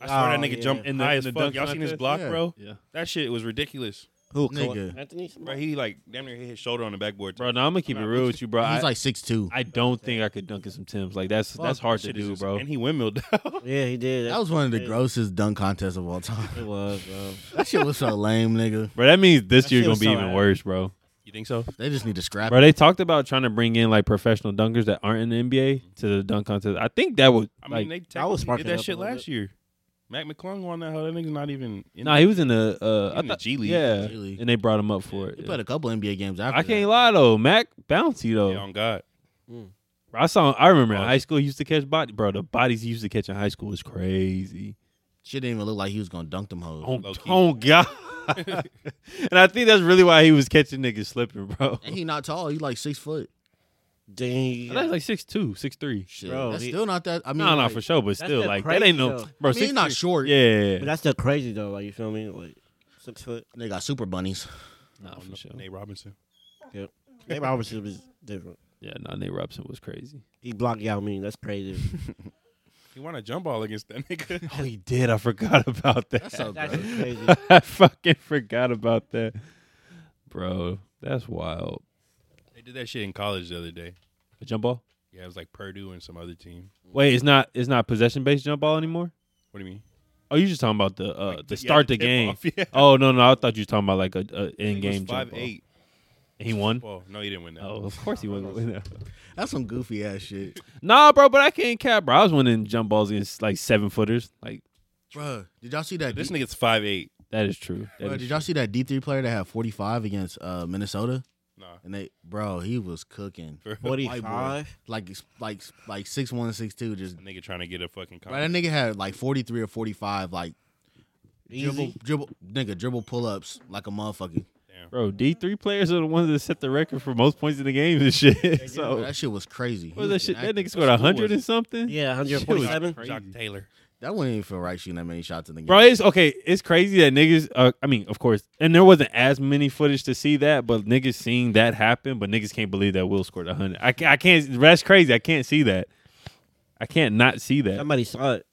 S2: I
S3: Oh,
S2: swear that nigga
S3: yeah.
S2: jumped
S1: In
S2: in
S1: the-
S2: the, high
S1: in
S2: as
S1: the
S2: fuck.
S1: dunk
S2: Y'all seen his
S1: contest?
S2: block,
S4: Yeah.
S2: bro?
S1: Yeah.
S2: That shit was ridiculous.
S1: Who?
S4: Nigga.
S3: Anthony
S2: Bro,
S3: Smith.
S2: he like damn near hit his shoulder on the backboard.
S1: Bro, now I'm gonna keep it real with you, bro. I,
S4: He's like six two.
S1: I don't think I could dunk in some Tim's. Like that's that's hard to do, bro.
S2: And he windmilled.
S3: Yeah, he did.
S4: That was one of the
S3: Hey.
S4: grossest dunk contests of all time.
S3: It was, bro.
S4: That shit was so lame, nigga.
S1: Bro, that means this
S3: That
S1: year's
S3: shit
S1: gonna
S3: was
S1: be
S3: so
S1: even
S3: ass.
S1: worse, bro.
S2: you think so?
S4: They just need to scrap.
S1: Bro,
S4: it.
S1: they talked about trying to bring in like professional dunkers that aren't in the NBA to the dunk contest. I think that would.
S2: I
S1: like,
S2: mean, they
S3: I was
S2: technically
S3: sparking
S2: did
S3: it
S2: that
S3: up a
S2: shit
S3: little
S2: last year. Mac McClung won that hell. That nigga's not even. In
S1: nah, he was in the uh,
S2: He
S1: I
S2: in the
S1: thought-
S2: G League.
S1: Yeah,
S4: G League.
S1: and they brought him up for it.
S4: He
S1: yeah.
S4: played a couple NBA games after.
S1: I can't
S4: that.
S1: lie though, Mac bouncy though.
S2: Yeah, on God.
S1: Bro, I saw. I remember in
S2: Oh.
S1: high school he used to catch body. Bro, the bodies he used to catch in high school was crazy.
S4: Shit didn't even look like he was gonna dunk them hoes.
S1: Oh,
S2: Low-key.
S1: oh god. and I think that's really why he was catching niggas slipping, bro.
S4: And he not tall. He like six foot.
S3: Dang.
S1: That's like six two, six three.
S4: Shit,
S3: Bro,
S4: that's
S3: he-
S4: still not that. I mean,
S1: No, no,
S4: like,
S1: for sure, but still,
S3: the
S1: like that
S3: crazy
S1: ain't no
S3: though.
S1: bro.
S4: I mean, he's not
S1: 6'3"
S4: short.
S1: Yeah,
S3: But that's still crazy though. Like you feel me? Like six foot.
S4: They got super bunnies.
S1: nah, for sure.
S2: Nate Robinson.
S3: Nate Robinson was different.
S1: Yeah, no, Nate Robson was crazy.
S3: He blocked Yao Ming. That's crazy.
S2: He won a jump ball against that nigga.
S1: Oh, he did. I forgot about that.
S4: That's so
S3: That's
S4: gross.
S3: crazy.
S1: I fucking forgot about that, bro. That's wild.
S2: they did that shit in college the other day.
S1: A jump ball.
S2: Yeah, it was like Purdue and some other team.
S1: Wait, it's not. It's not possession based jump ball anymore.
S2: What do you mean?
S1: Oh, you just talking about the uh,
S2: Like,
S1: the
S2: yeah,
S1: start the
S2: tip
S1: game.
S2: off, yeah.
S1: Oh no, no, I thought you was talking about like a, a
S2: He
S1: in
S2: was
S1: game
S2: Five
S1: jump ball.
S2: eight.
S1: He won.
S2: Well, no, he didn't win that.
S1: Oh, of course he wasn't winning. that.
S4: That's some goofy ass shit,
S1: Nah, bro, but I can't cap, bro. I was winning jump balls against like seven footers. Like
S4: bro. Did y'all see that?
S2: This
S4: D-
S2: nigga's five eight.
S1: that is true. That
S4: bro,
S1: is
S4: did y'all see that D three player that had forty five against uh, Minnesota?
S2: Nah.
S4: And they, bro, he was cooking.
S2: For real.
S3: Forty
S4: White
S3: five.
S4: Like, like, like six one, six two. Just
S2: That nigga trying to get a fucking
S4: bro, that
S2: contract.
S4: nigga had like forty three or forty five. Like dribble,
S3: Easy.
S4: dribble, nigga, dribble pull ups like a motherfucker.
S1: Bro, D three players are the ones that set the record for most points in the game and shit.
S4: Bro,
S1: so
S4: that shit was crazy. He
S1: what was that
S4: was
S1: shit? That
S4: inactive.
S1: nigga scored a
S2: What
S1: hundred
S2: was
S1: and something.
S3: Yeah, one hundred
S1: was
S3: forty-seven.
S1: crazy.
S2: Jock Taylor.
S4: That wouldn't even feel right shooting that many shots in the game.
S1: Bro, it's okay. It's crazy that niggas. Uh, I mean, of course, and there wasn't as many footage to see that, but niggas seeing that happen, but niggas can't believe that Will scored hundred. I can't. I can't. That's crazy. I can't see that. I can't not see that
S3: Somebody saw it.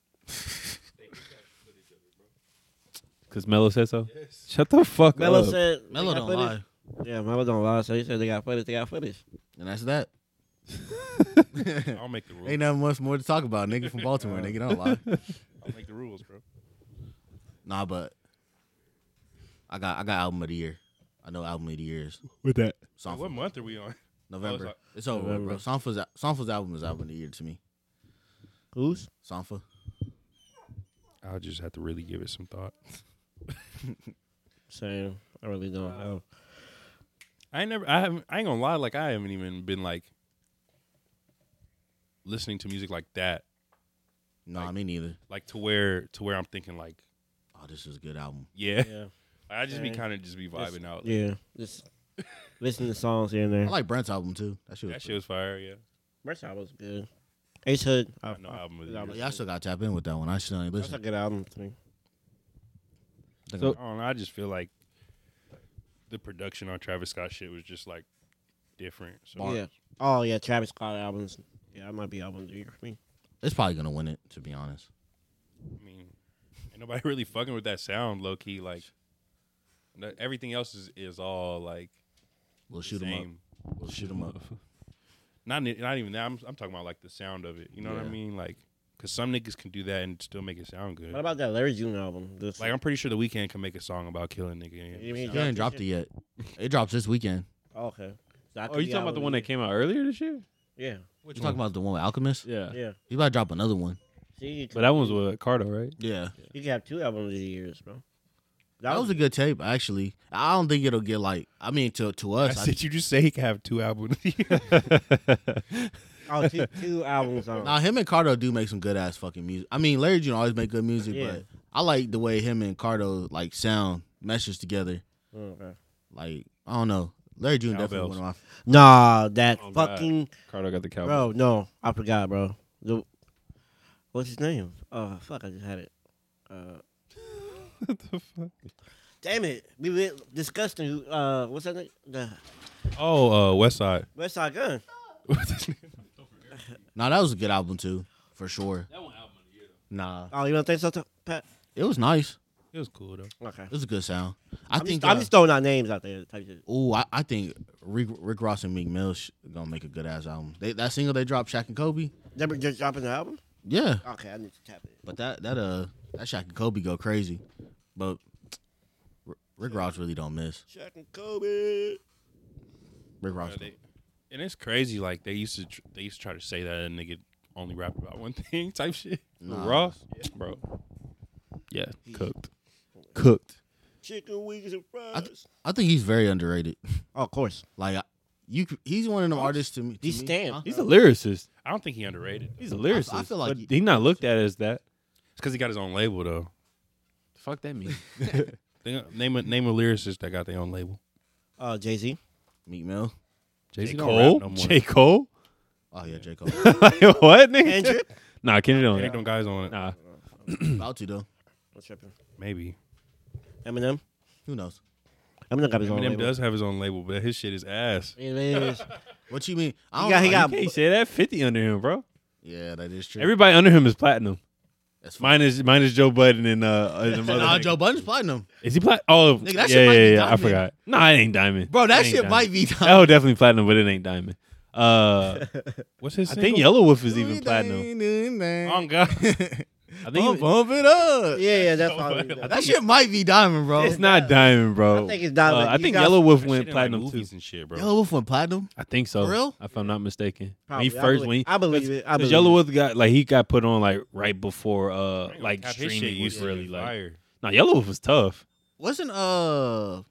S1: because Melo said so. Shut the fuck
S3: Melo
S1: up.
S3: said. they
S4: Melo
S3: got
S4: don't
S3: footage.
S4: lie,
S3: Yeah, Melo don't lie. So he said they got footage. They got footage.
S4: and that's that.
S2: I'll make the rules.
S4: Ain't nothing much more to talk about, nigga from Baltimore. nigga don't lie.
S2: I'll make the rules, bro.
S4: Nah, but I got I got album of the year. I know album of the year is
S1: with that.
S4: Songfa.
S2: what month are we on?
S4: November.
S2: like-
S4: it's over, with, bro.
S3: November.
S4: Sanfa's al- Sanfa's album is album of the year to me.
S3: Who's?
S4: Sanfa.
S2: I'll just have to really give it some thought.
S3: Same. I really don't know.
S2: I ain't never. I haven't. I ain't gonna lie. Like I haven't even been like listening to music like that.
S4: Nah,
S2: Like-
S4: me neither.
S2: Like to where to where I'm thinking like
S4: Oh, this is a good album.
S2: yeah.
S3: Yeah.
S2: I just be
S3: Yeah.
S2: kind of just be vibing out. Like,
S3: Yeah. Just listen to songs here and
S4: I
S3: there.
S4: like Brent's album too. That shit. Was
S2: That shit was fire. Yeah.
S3: First album was good. Ace Hood. I,
S2: I know album of the
S3: I-
S2: year.
S4: yeah, I still got to tap in with that one. I still ain't
S3: That's a
S4: listening.
S3: good album to me.
S1: So-
S2: I don't know. I just feel like the production on Travis Scott shit was just like different. So
S3: Yeah. Oh yeah, Travis Scott albums. Yeah, that might be album of the year for me.
S4: It's probably gonna win it, to be honest.
S2: I mean, ain't nobody really fucking with that sound, low key. Like no- everything else is is all like
S4: We'll
S2: the
S4: shoot him up.
S2: same.
S4: We'll shoot him up.
S2: Not ni- not even that. I'm I'm talking about like the sound of it. You know what I
S4: Yeah.
S2: mean? Like, cause some niggas can do that and still make it sound good.
S3: What about that Larry June album? This,
S2: Like I'm pretty sure the weekend can make a song about killing nigga.
S3: You mean
S4: You ain't dropped it yet. It drops this weekend.
S3: oh, okay. So that
S1: Oh,
S3: could
S1: you
S3: be
S1: talking about the
S3: album
S1: one
S3: of
S1: that came out earlier this year?
S3: the year.
S4: What you talking about? The one with Alchemist?
S1: Yeah.
S3: Yeah, yeah.
S4: He about to drop another one.
S3: See, you
S1: But
S3: could,
S1: that one's with Cardo, right?
S4: Yeah.
S3: you could have two albums of the years, bro.
S4: That was a good tape, actually. I don't think it'll get like. I mean, to to us, I,
S2: you just say he can have two albums.
S3: oh two, two albums on.
S4: Nah, him and Cardo do make some good ass fucking music. I mean, Larry June always make good music,
S3: Yeah.
S4: but I like the way him and Cardo like sound meshes together.
S3: Oh, okay.
S4: Like I don't know, Larry June definitely
S2: Cowbells.
S4: one of my.
S3: Nah, that
S1: Oh, God.
S3: fucking
S1: Cardo got the cowboy.
S3: bro. No, I forgot, bro. The, what's his name? Oh fuck, I just had it. Uh,
S1: what the fuck?
S3: damn it, we were discussing who. Uh, what's that? name? The
S2: oh, uh, West Side.
S3: West Side Gun.
S4: Nah, that was a good album too, for sure. That one album of the year. Nah,
S3: Oh, you don't think so, t- Pat?
S4: it was nice.
S2: It was cool though.
S3: Okay.
S4: It's a good sound. I
S3: I'm,
S4: think. uh,
S3: just, I'm just throwing out names out there. Type shit.
S4: oh, I, I think Rick, Rick Ross and Meek Mill sh- gonna make a good ass album. They, that single they dropped, Shaq and Kobe.
S3: They were just dropping the album.
S4: Yeah,
S3: Okay, I need to tap it.
S4: but that that uh that Shaq and Kobe go crazy. But R- Rick Ross really don't miss.
S3: Shaq and Kobe.
S4: Rick Ross.
S2: Yeah, they- and it's crazy. Like they used to, tr- they used to try to say that a nigga only rap about one thing type shit.
S4: Nah.
S2: Ross, bro. Yeah,
S1: cooked, cooked.
S3: Chicken wings and
S4: I
S3: fries.
S4: th- I think he's very underrated.
S3: oh, of course.
S4: Like I- you, c- he's one of them artists to me. to
S3: He's
S4: me.
S3: stamped.
S4: Huh?
S1: He's a lyricist.
S2: I don't think he underrated. though.
S1: He's a lyricist.
S4: I feel like
S1: but
S4: he-
S1: he not looked at as that.
S2: It's because he got his own label though.
S1: Fuck that mean.
S2: Think- Name a name a lyricist that got their own label.
S3: Uh, Jay Z.
S4: Meek Mill.
S1: J
S2: J.
S1: Cole.
S2: Cole?
S1: J Cole.
S4: Oh yeah, J Cole.
S1: like, what nigga?
S3: Kendrick.
S1: nah, Kendrick
S2: I think
S1: don't.
S2: them guys on it.
S1: Nah,
S4: About to though.
S3: I'm tripping.
S2: Maybe
S3: Eminem.
S4: Who knows?
S3: Eminem got his own
S2: Eminem
S3: label.
S2: does have his own label, but his shit is ass.
S3: It is.
S4: What you mean? I
S3: He got- he
S4: know.
S3: got-
S1: can't you say that. Fifty under him, bro.
S4: Yeah, that is true.
S1: Everybody under him is platinum.
S4: That's fine.
S1: Mine is mine is Joe Budden and uh and the mother.
S4: Nah, Joe Budden's platinum.
S1: Is he platinum? Oh,
S4: Nigga, that
S1: yeah,
S4: shit might
S1: yeah,
S4: be
S1: yeah. I
S4: diamond.
S1: forgot. Nah, it ain't diamond,
S4: Bro, that
S1: It ain't
S4: shit
S1: diamond.
S4: might be
S1: Oh, definitely platinum, but it ain't diamond. Uh,
S2: What's his?
S1: I
S2: single?
S1: think Yellow Wolf is even platinum.
S2: Oh
S4: Bump,
S2: God.
S1: I think he-
S4: bump it up.
S3: yeah, yeah, that's probably.
S4: That shit might be diamond, bro.
S1: it's not diamond, bro.
S3: I think it's diamond.
S1: Uh, I
S3: He
S1: think
S3: got-
S1: Yellow Wolf
S2: That shit in,
S1: went
S2: like,
S1: platinum too.
S2: movies and shit, bro.
S4: Yellow Wolf went platinum.
S1: I think so.
S4: For real?
S1: If I'm not mistaken.
S3: Probably.
S1: When he
S3: I
S1: first
S3: believe-
S1: when he,
S3: I believe it. I
S1: Because
S3: believe
S1: Yellow
S3: it.
S1: Wolf got like he got put on like right before uh
S2: Damn,
S1: like
S2: Cap, his shit
S1: streaming was
S2: used to be
S1: really like
S2: fire.
S1: now Yellow Wolf was tough.
S4: Wasn't uh, oh,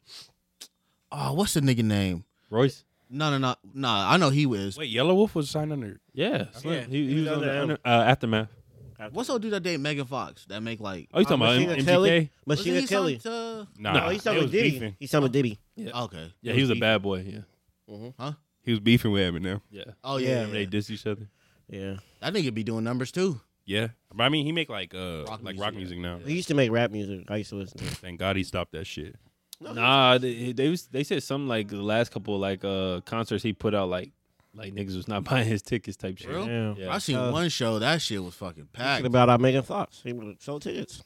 S4: what's the nigga name?
S1: Royce,
S4: No, no, no, nah. I know he was.
S2: Wait, Yellow Wolf was signed under.
S1: yeah, Slim.
S3: Yeah,
S1: he, he
S3: he
S1: was
S3: was
S1: on the
S3: under
S1: under, uh, aftermath.
S4: What's old dude that date Megan Fox that make like?
S1: Oh, you talking
S3: Uh,
S1: about
S3: Machina
S1: M- MGK?
S3: Kelly?
S4: wasn't
S3: Machine
S4: he
S3: Kelly.
S4: signed to-
S2: Nah,
S1: No,
S3: Oh,
S2: he
S3: he's talking
S2: was
S3: with Diddy.
S2: beefing.
S3: He's talking with Diddy.
S4: Okay.
S1: Yeah, he was a bad boy. Yeah,
S4: Mm-hmm.
S2: He was beefing with Eminem.
S1: yeah.
S4: Oh yeah,
S1: Remember They diss each other.
S3: Yeah.
S4: that nigga be doing numbers too.
S2: Yeah, but I mean, he make like uh
S4: Rock
S2: like
S4: music,
S2: rock
S4: yeah.
S2: music now.
S3: He used to make rap music. I used to listen to. it.
S2: Thank God he stopped that shit.
S1: Nah, they, they was they said something like the last couple like uh concerts he put out like like niggas was not buying his tickets type shit.
S4: Real?
S3: Yeah.
S1: Yeah.
S4: I seen
S3: Uh,
S4: one show that shit was fucking
S3: Thinking
S4: packed.
S3: about our Megan Fox. He would sell tickets.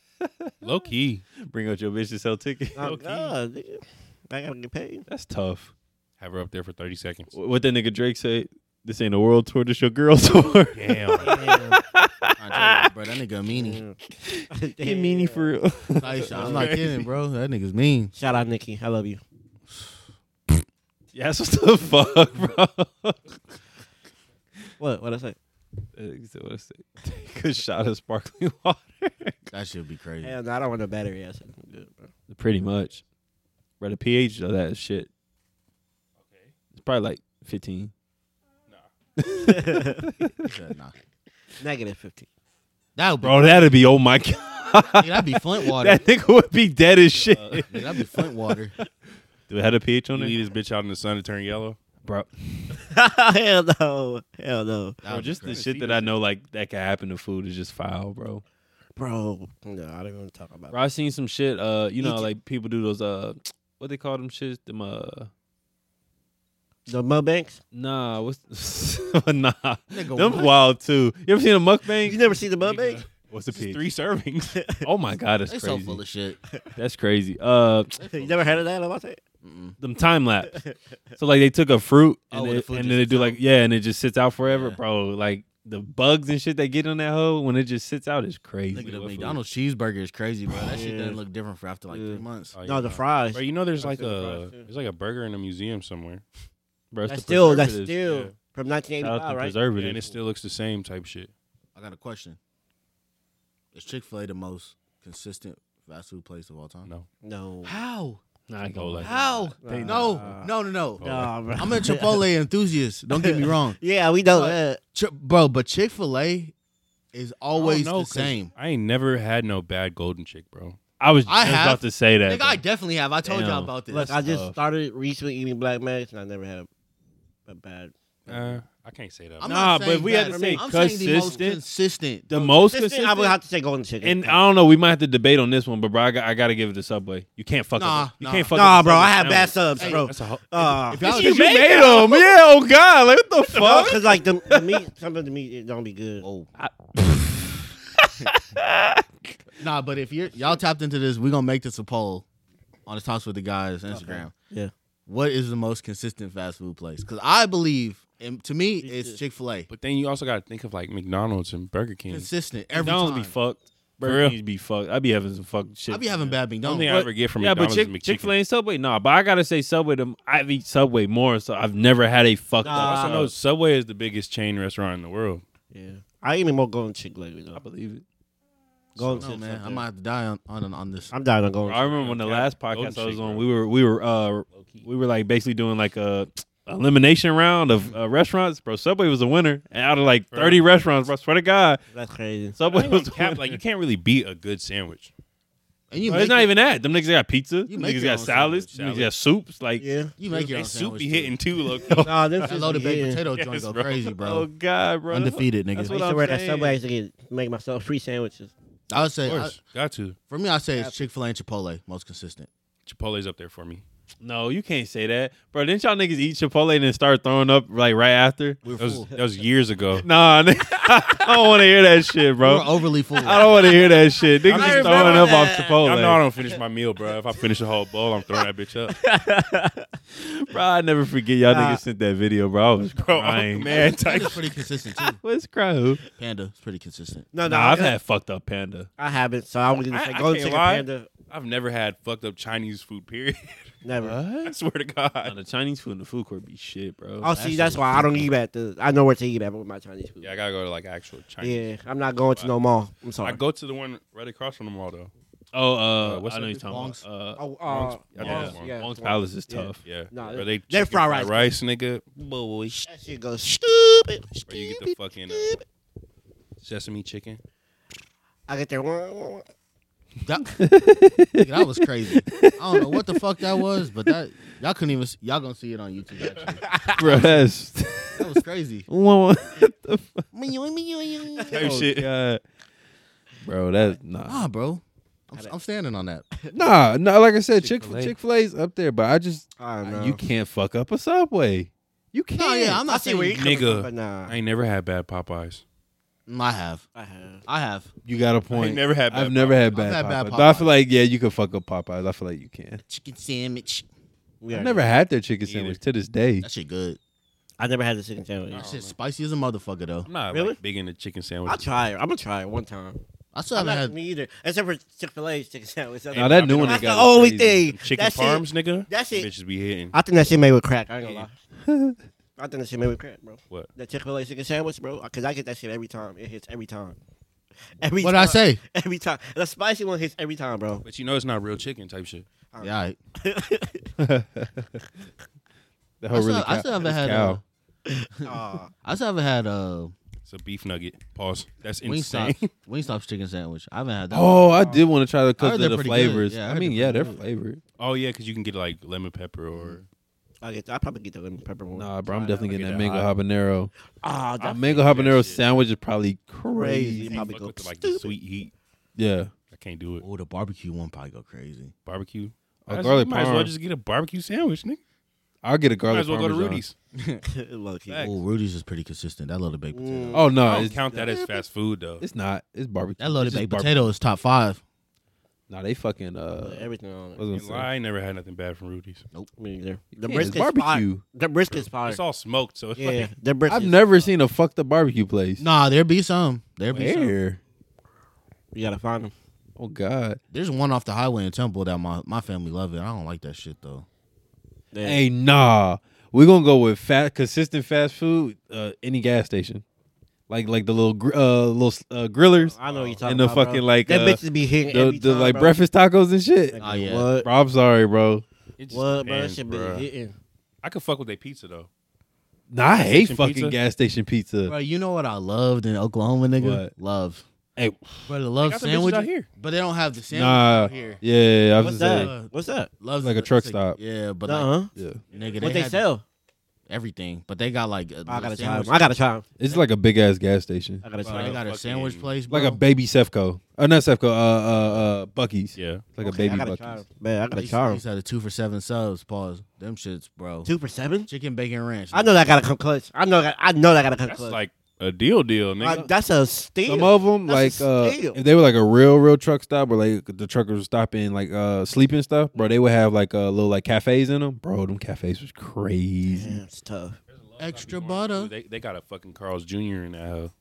S2: Low key,
S1: Bring out your bitch to sell tickets.
S3: Nah, nah, nigga. I gotta get paid.
S1: That's tough.
S2: have her up there for thirty seconds.
S1: Wh- What that nigga Drake say? This ain't a world tour. This your girl tour.
S2: Damn,
S4: I told you, bro, that nigga a meanie.
S1: He meanie for real.
S4: Nice, I'm not kidding, bro. That nigga's mean.
S3: Shout out Nikki. I love you.
S1: yeah, that's what the fuck, bro.
S3: What? What I say?
S1: Good shot of sparkling water.
S4: That shit be crazy.
S3: Hell, no, I don't want no battery. I said, I'm good, bro.
S1: Pretty much. Right, the pH of that shit.
S2: Okay.
S1: It's probably like 15.
S4: He said, nah.
S3: Negative fifty.
S4: That would be,
S1: Bro, that'd be oh my god.
S4: nigga, that'd be Flint water.
S1: That nigga would be dead as shit.
S4: Nigga, that'd be Flint water.
S1: Do it have a pH
S2: you
S1: on
S2: leave
S1: it,
S2: this bitch out in the sun to turn yellow.
S1: bro?
S3: Hell no. Hell no.
S4: That would be
S1: just the
S4: crazy.
S1: shit that I know like that could happen to food is just foul, bro.
S3: Bro. No, I don't want to talk about
S1: Bro, I seen some shit. Uh, you know,
S4: Eat-
S1: like people do those. Uh, what they call them shits? Them uh,
S3: it. The Mudbanks?
S1: nah, what's nah?
S4: Nigga,
S1: them
S4: what?
S1: wild too. You ever seen a mukbang?
S3: You never see the Mudbanks?
S1: What's the
S2: This is
S1: pH?
S2: three servings.
S1: Oh my god, that's
S4: They so
S1: crazy.
S4: full of shit.
S1: That's crazy. Uh,
S3: you never heard of that? About that?
S4: Mm-mm.
S1: them time lapse. so like they took a fruit and,
S4: Oh,
S1: it-
S4: the fruit
S1: and
S4: just
S1: then they
S4: sits
S1: do
S4: out?
S1: like yeah, and it just sits out forever,
S4: Yeah.
S1: bro. Like the bugs and shit they get on that hoe when it just sits out is crazy.
S4: Nigga, the
S2: what food?
S4: McDonald's cheeseburger is crazy, bro. That shit
S3: Yeah.
S4: doesn't look different for after like
S3: Yeah.
S4: three months.
S2: Oh, yeah,
S3: No, the fries.
S2: Bro, you know there's
S3: I've
S2: like
S3: seen the
S2: a
S3: fries, too.
S2: there's like a burger in a museum somewhere,
S1: Bro, it's
S3: That's
S1: the
S3: still, that's
S1: preservatives.
S3: still
S2: yeah.
S3: from
S1: Shout out
S3: 1985,
S1: to
S3: right?
S1: preservatives.
S2: and it still looks the same type shit.
S4: I got a question. Is Chick Fil A the most consistent fast food place of all time?
S2: No,
S3: No.
S4: How?
S1: Nah, I ain't gonna lie.
S4: How?
S3: They
S4: no,
S3: not.
S4: no, no, no.
S3: Nah, bro.
S4: I'm a Chipotle enthusiast. Don't get me wrong,
S3: Yeah, we know
S4: But-
S3: that.
S4: Ch- bro. But Chick Fil A is always
S2: I don't know,
S4: the
S2: 'cause
S4: same.
S2: I ain't never had no bad golden chick, bro.
S1: I was
S4: I
S1: just
S4: have-
S1: about to say that.
S4: Nigga, I
S1: bro.
S4: definitely have. I told
S1: Damn.
S4: y'all about this.
S1: Let's-
S3: Look, I just
S1: tough.
S3: started recently eating Black Max, and I never had a, a bad.
S2: Uh, I can't say that.
S4: I'm
S2: bro.
S1: Nah,
S4: not
S1: but
S4: saying
S1: if we
S4: bad
S1: had to
S4: for
S1: say
S4: me. I'm saying the most
S1: consistent-
S4: consistent.
S1: the most
S3: This thing,
S1: consistent.
S3: I would have to say golden chicken.
S1: and I don't know. We might have to debate on this one, but bro, I, got, I gotta give it to Subway. You can't fuck
S4: Nah,
S1: up. You
S4: nah.
S1: can't fuck
S3: nah,
S1: up a
S3: bro,
S1: Subway
S3: I had bad
S1: sandwich.
S3: subs, bro.
S2: That's a ho-
S3: Uh,
S4: If y'all-
S1: You made them, yeah. Oh god, like what the
S3: no,
S1: fuck?
S3: cause like the, the meat, some of the meat it don't be good.
S4: oh, Nah, but if you're y'all tapped into this, we're gonna make this a poll on the talks with the guys Instagram.
S3: Yeah.
S4: What is the most consistent fast food place? Because I believe, and to me,
S3: Me too.
S4: it's Chick Fil A.
S2: But then you also got to think of like McDonald's and Burger King.
S4: Consistent every
S1: McDonald's
S4: time.
S1: be fucked. Burger
S2: real?
S1: King be fucked. I be having some fucked shit.
S4: I be having bad
S2: The only thing I
S4: McDonald's.
S2: ever get from
S1: yeah, but
S2: McDonald's
S1: Chick
S2: is McChicken.
S1: Chick Fil A and Subway, nah. But I gotta say Subway. To, I eat Subway more, so I've never had a fucked
S2: I
S1: up.
S2: also know Subway is the biggest chain restaurant in the world.
S3: Yeah. I ain't even more going chick lately
S1: I
S3: though.
S1: believe it.
S3: Going
S4: No, man, I might have to die on on, on
S1: Oh,
S4: this.
S3: I'm dying on going.
S1: I remember when the
S2: Yeah,
S1: last
S2: Golden
S1: podcast I was
S2: Shake,
S1: on,
S2: bro.
S1: we were we were uh we were like basically doing like a elimination round of uh, restaurants, bro. Subway was a winner, and out of like
S2: Bro.
S1: thirty restaurants, bro, I swear to God,
S3: That's crazy.
S1: Subway was the
S2: Cap,
S1: winner.
S2: like you can't really beat a good sandwich.
S4: And you
S1: Bro,
S4: make
S1: it's not
S4: it-
S1: even that. Them niggas got pizza.
S4: You
S1: Them
S4: make
S1: niggas
S4: your
S1: got
S4: own
S1: salads. Them
S2: sandwich.
S1: niggas got soups. Like,
S3: Yeah.
S4: you make your
S2: They
S4: own
S2: soup be
S4: sandwich,
S2: hitting too, low.
S3: Nah, this
S4: Too. That
S3: is
S4: loaded baked
S3: yeah.
S4: potato joint
S2: Yes,
S4: go
S2: bro.
S4: crazy,
S1: oh
S4: bro.
S1: god, bro,
S4: Undefeated nigga.
S1: That's
S3: I
S1: what
S3: used
S1: I'm
S3: to work at
S1: saying.
S3: Subway. I used to get make myself free sandwiches.
S4: I would say
S2: Of
S4: I,
S2: course, got to.
S4: for me, I say it's Chick Fil A and Chipotle most consistent.
S2: Chipotle's up there for me.
S1: No, you can't say that, bro. Didn't y'all niggas eat Chipotle and then start throwing up like right after?
S4: We were
S2: That was,
S4: full.
S2: that was years ago.
S1: Nah, nigga, I don't want to hear that shit,
S4: We
S1: bro.
S4: were overly full.
S1: I don't want to hear that shit. Niggas
S2: I
S1: is
S2: remember
S1: throwing up
S3: that.
S1: off
S2: Y'all know I
S1: Chipotle.
S2: don't finish my meal, bro. If I finish a whole bowl, I'm throwing that bitch up.
S1: bro, I never forget y'all
S3: Nah.
S1: niggas sent that video, bro. I was
S2: Bro, oh,
S1: crying.
S2: man,
S4: Panda's pretty consistent too.
S1: What's crying?
S4: Panda's pretty consistent.
S3: No, no,
S1: Nah, I've
S3: I,
S1: had fucked up panda.
S3: I haven't. So I'm gonna
S2: I-
S3: say
S2: I
S3: go
S2: can't
S3: chicken
S2: lie.
S3: panda.
S2: I've never had fucked up Chinese food. Period.
S3: Never.
S1: What?
S2: I swear to
S1: Nah,
S2: God.
S1: the Chinese food in the food court be shit, bro.
S3: Oh, see, that's why I don't eat at the. I know where to eat at with my Chinese food.
S2: Yeah, I gotta go to like actual Chinese.
S3: Yeah, I'm not going to no mall. I'm
S2: I
S3: sorry.
S2: go to the one right across from the mall though.
S1: oh, uh,
S2: Uh, what's
S1: I know
S2: that
S1: you're talking
S4: Wong's-
S1: about. Uh,
S3: Oh, uh,
S2: I
S1: yeah,
S2: Wong's- yeah,
S1: Wong's Palace is
S3: Yeah.
S1: tough.
S2: Yeah,
S3: Nah,
S2: Bro, they
S3: they're
S2: chicken
S3: fried
S2: fried rice, nigga. Boy,
S3: That shit goes stupid.
S2: Or you get the fucking uh, sesame chicken.
S3: I get there. wah, wah, wah.
S4: That, nigga, that was crazy. I don't know what the fuck that was, but that y'all couldn't even. s- Y'all gonna see it on YouTube. Actually,
S1: bro, that's
S4: that was crazy.
S1: what the fuck?
S2: Type
S1: Oh,
S2: shit.
S1: God. Bro, that's nah.
S4: Nah, bro. I'm, s- I'm standing on that.
S1: Nah, nah. Like I said, Chick
S2: Chick-fil-A.
S1: Chick Fil A's up there, but I just
S3: I don't
S1: I-
S3: know.
S1: Ah, you can't fuck up a Subway. You can't.
S4: No, yeah, I'm
S3: I
S4: not
S3: see where you coming
S4: saying.
S2: Nigga.
S3: from, but nah.
S2: I ain't never had bad Popeyes.
S4: Mm, I have.
S3: I have.
S4: I have.
S1: You got a point.
S2: ain't never had
S1: I've
S2: bad
S1: never had
S4: Popeyes.
S1: bad.
S4: I've had bad
S1: Popeyes. But I
S4: Popeyes.
S1: feel like yeah, you can fuck up Popeyes. I feel like you can.
S4: Chicken sandwich.
S3: We
S1: I've
S3: are-
S1: never had their chicken
S2: Me
S1: sandwich to
S2: either.
S1: this day.
S4: That shit good.
S3: I never had the chicken sandwich.
S4: That
S2: Oh,
S4: shit
S2: man.
S4: spicy as a motherfucker though.
S2: I'm not
S3: Really?
S2: like, big into chicken
S3: I'll
S2: sandwiches.
S3: try it. I'm gonna try it one time.
S4: I still
S3: I'm
S4: haven't
S3: not
S4: had.
S3: me either, except for Chick Fil A's chicken sandwich. That's,
S1: Now that new one
S3: that's
S1: they
S3: the
S1: got
S3: only
S1: is crazy.
S3: thing.
S2: Chicken
S3: That's it.
S2: parms, nigga.
S3: That's it.
S2: Bitches be hitting.
S3: I think that shit made with crack. I ain't gonna lie. I think that shit made with crack, bro.
S2: What?
S3: That Chick Fil A chicken sandwich, bro. Cause I get that shit every time. It hits every time. Every
S4: What did
S3: time.
S4: I say?
S3: Every time. The spicy one hits every time, bro.
S2: But you know it's not real chicken type shit.
S4: Yeah, all right.
S1: that
S4: I
S1: whole
S4: still,
S1: really
S4: I still
S1: cow- that's
S4: haven't had.
S1: cow.
S4: Uh,
S3: Aw.
S4: I still haven't had uh,
S2: It's a beef nugget. Pause. That's insane.
S4: Wingstop. Wingstop's chicken sandwich. I haven't had that.
S1: Oh, I did want to try the because
S4: they're
S1: of the
S4: pretty good.
S1: flavors.
S4: Yeah, I
S1: I
S4: heard
S1: mean,
S4: they're
S1: yeah, they're
S4: pretty
S1: flavored.
S2: Oh yeah, because you can get like lemon pepper or
S3: I get. I probably get the lemon pepper one.
S1: Nah, bro, I'm
S2: Nah,
S1: definitely
S2: look
S1: getting that
S2: at that
S1: mango
S2: hot.
S1: habanero.
S3: Ah,
S1: A
S3: that's
S1: mango
S2: that
S1: habanero
S2: shit.
S1: sandwich is probably crazy.
S3: crazy. Probably go
S2: Fuck with, like the
S3: stupid.
S2: sweet heat.
S1: Yeah,
S2: I can't do it.
S4: Oh, the barbecue one probably go crazy.
S2: Barbecue.
S1: A
S2: I just-
S1: garlic
S2: might as well
S1: parm.
S2: just get a barbecue sandwich, nigga.
S1: I'll get a garlic. uh,
S2: Might as well go to
S1: parmesan.
S2: Rudy's.
S3: Low key.
S2: Facts.
S4: Oh, Rudy's is pretty consistent. That loaded baked potato.
S3: Mm.
S1: Oh no,
S2: I don't
S1: it's,
S2: count that as fast food though.
S1: it's not. It's barbecue.
S4: That loaded
S1: It's just
S4: baked
S1: barbe-
S4: potato is top five.
S1: Nah, they fucking uh.
S3: Put everything on
S1: what
S3: it.
S1: was I gonna
S2: Can't
S1: say?
S2: lie, I ain't never had nothing bad from Rudy's.
S3: Me either. The
S1: Yeah, it's
S3: brisket's barbecue.
S1: barbecue.
S3: The brisket's fire.
S2: It's all smoked, so it's
S3: Yeah,
S2: like
S3: the brisket's.
S1: I've never seen a fucked up barbecue place.
S4: Nah, there be some. There be some.
S1: Where?
S3: You gotta find them.
S1: Oh God!
S4: There's one off the highway in Temple that my, my family love it. I don't like that shit though.
S3: Yeah.
S1: Hey, nah. We're gonna go with fat, consistent fast food. Uh, any gas station, like like the little gr- uh little uh, grillers
S3: I know what you're talking
S1: and the
S3: about.
S1: fucking
S3: bro.
S1: like
S3: that
S1: uh,
S3: bitches be hitting
S1: the,
S3: every
S1: the
S3: time,
S1: like
S3: bro.
S1: breakfast tacos and shit.
S3: Like,
S4: Oh, yeah.
S3: What?
S1: Bro, I'm sorry, bro.
S2: it just
S3: What, bro? That
S2: depends,
S3: shit be
S2: bruh.
S3: hitting.
S2: I could fuck with their pizza though.
S1: Nah, I hate
S2: station
S1: fucking
S2: pizza?
S1: gas station pizza.
S4: Bro, you know what I loved in Oklahoma, nigga?
S1: What?
S4: Love.
S1: Hey,
S4: Bro, the love
S2: got the bitches
S4: sandwich
S2: out here.
S4: But they don't have the sandwich
S1: nah,
S4: out here.
S1: yeah, yeah, I was
S3: What's
S1: just
S3: that?
S1: saying,
S4: saying.
S3: What's that?
S4: Love's
S1: Like a
S4: it's
S1: truck stop.
S4: Yeah, but like,
S3: Uh huh.
S1: yeah.
S4: nigga,
S3: What they
S4: had
S3: sell?
S4: everything. But they got like a
S3: I gotta
S4: little
S3: try
S4: sandwich.
S3: 'em. I gotta try 'em.
S1: It's like a big ass gas station,
S3: I gotta
S4: Bro,
S3: try
S4: they
S3: 'em.
S4: got a
S2: Fucking-
S4: sandwich place, bro.
S1: like a baby Sefco, or not Sefco, uh, uh, uh, Bucky's.
S2: Yeah.
S1: It's like
S3: Okay,
S1: a
S3: I
S1: baby
S3: gotta try
S1: Bucky's.
S3: 'em. Man, I
S4: They
S3: gotta
S4: used-
S3: try
S4: they
S3: 'em.
S4: used to have the two for seven subs. Pause. Them shits, bro.
S3: Two for seven?
S4: Chicken bacon ranch.
S3: I know that gotta come clutch. I know that. I know that gotta come
S2: That's
S3: clutch.
S2: like a deal, deal, nigga.
S3: Like, that's a steal.
S5: Some of them,
S3: That's
S5: like
S3: a
S5: uh,
S3: steal.
S5: if they were like a real, real truck stop, or like the truckers were stopping, like uh, sleeping stuff, bro. They would have like uh, little like cafes in them, bro. Them cafes was crazy.
S3: Yeah, it's tough.
S4: Extra butter.
S2: They, they got a fucking Carl's Jr. in that hoe.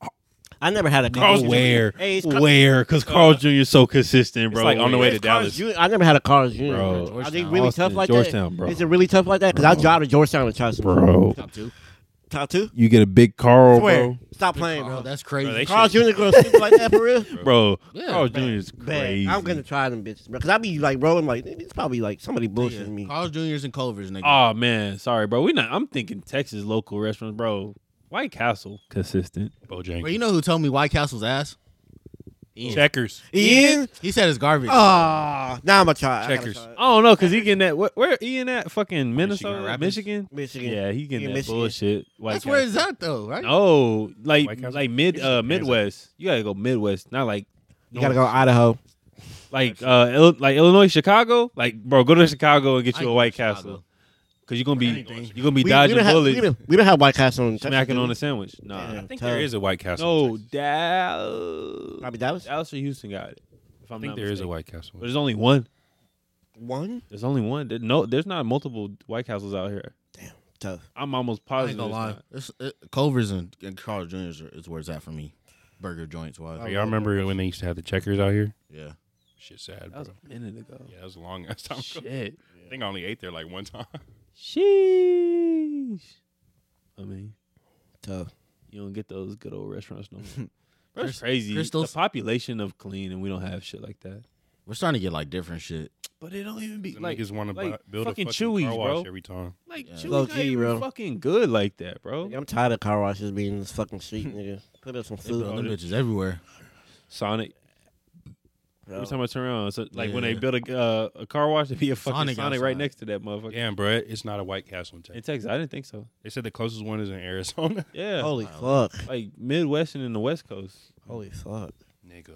S3: I never had a
S1: Carl's
S3: Carl's
S1: where?
S3: Hey, it's Carl-
S1: Where? Because Carl's Jr. is so consistent, bro.
S2: like on the way
S1: to
S2: to
S3: Carl's
S2: Dallas.
S3: Jr. I never had a Carl's Jr.
S1: Bro,
S3: Are they
S4: Georgetown.
S3: really tough
S5: Austin,
S3: like
S5: Georgetown,
S3: that?
S5: bro.
S3: Is it really tough like that? Because I drive to Georgetown and try some
S5: Bro,
S4: Top two.
S3: Top two?
S5: you get a big Carl, bro.
S3: Swear. Stop playing,
S4: Oh,
S3: bro.
S4: that's crazy.
S2: Bro, they
S4: Carl
S3: Carl's Jr. gonna sleep like that for real?
S1: bro.
S4: Yeah,
S1: Carl's Jr. is
S3: Bad.
S1: crazy.
S3: I'm gonna try them bitches, bro. Cause I be like rolling, like it's probably like somebody bullshitting me.
S4: Carl's Jr.'s and Culver's, nigga.
S1: Oh man, sorry, bro. We not. I'm thinking Texas local restaurants, bro. White Castle consistent.
S4: Bro,
S2: Bojangles.
S4: you know who told me White Castle's ass? Ian.
S2: Checkers.
S3: Ian?
S4: He said it's garbage.
S1: Oh.
S3: Ah, now I'm gonna try. I gotta
S2: Checkers.
S3: try it.
S1: I don't know, cause he getting that. Where, where Ian at? Fucking Minnesota,
S2: Rapids?
S1: Michigan.
S3: Michigan.
S1: Yeah, he getting
S3: Ian
S1: that
S3: Michigan.
S1: bullshit. White
S4: that's where
S1: Castle.
S4: it's at, though, right?
S1: Oh, like
S2: White Castle?
S1: like mid
S2: It's
S1: uh
S2: just Kansas.
S1: Midwest. You gotta go Midwest, not like
S3: You gotta go Idaho.
S1: like uh Il- like Illinois, Chicago. Like bro, go to Chicago and get
S4: I
S1: you a
S4: ain't going
S1: White
S4: to Chicago.
S1: Castle, cause you're gonna be
S4: Anything.
S1: you're gonna be
S3: We- we
S1: dodging
S3: don't have-
S1: bullets,
S3: We don't, we don't have White Castle in Texas.
S1: smacking
S3: do
S1: on
S3: we?
S1: a sandwich. Nah,
S3: Yeah.
S2: I think
S3: Tell-
S2: there is a White Castle.
S1: no,
S2: in Texas.
S1: Dallas,
S3: Probably Dallas.
S1: Dallas or Houston got it. If I'm
S2: I think
S1: not
S2: there is a
S1: mistaken.
S2: White Castle.
S1: But there's only one.
S3: One.
S1: There's only one. There- no, there's not multiple White Castles out here.
S3: Tough.
S1: I'm almost
S4: I
S1: positive.
S4: ain't gonna
S1: it's
S4: lie.
S1: not.
S4: It's, it, Culver's and, and Carl's Jr.'s are, is where it's at for me. Burger joints wise.
S1: Oh,
S2: Like, y'all remember when they used to have the Checkers out here?
S4: Yeah.
S2: Shit, sad,
S1: That
S2: bro.
S1: was a minute ago.
S2: Yeah, that was a long ass time. ago.
S1: Shit.
S2: I think I only ate there like one time.
S1: Sheesh. I mean,
S3: Tough.
S1: you don't get those good old restaurants no more. Bro, it's
S4: Crys-
S1: crazy.
S4: Crystals?
S1: The population of clean, and we don't have shit like that.
S4: We're starting to get like different shit.
S1: But it don't even be
S2: Like,
S1: like
S2: niggas want to
S1: like
S2: build
S1: fucking
S2: a fucking
S1: Chewies,
S2: car
S1: bro.
S2: wash every time.
S1: like
S4: Yeah.
S1: Chewy's
S3: Low
S1: not
S3: key,
S1: even
S3: bro.
S1: fucking good like that, bro.
S3: I'm tired of car washes being in this fucking street, nigga. Put up some food.
S4: Bro, them bitches everywhere.
S1: Sonic.
S3: bro.
S1: Every time I turn around, so like when they
S4: Yeah.
S1: build a uh, a car wash, to be a fucking Sonic,
S4: Sonic
S1: right
S4: outside.
S1: next to that motherfucker.
S2: Damn, bro, it's not a White Castle in
S1: In
S2: Texas.
S1: Texas, I didn't think so.
S2: They said the closest one is in Arizona.
S1: Yeah,
S3: Holy fuck.
S1: Oh, like Midwest and in the West Coast
S3: Holy fuck.
S2: Nigga,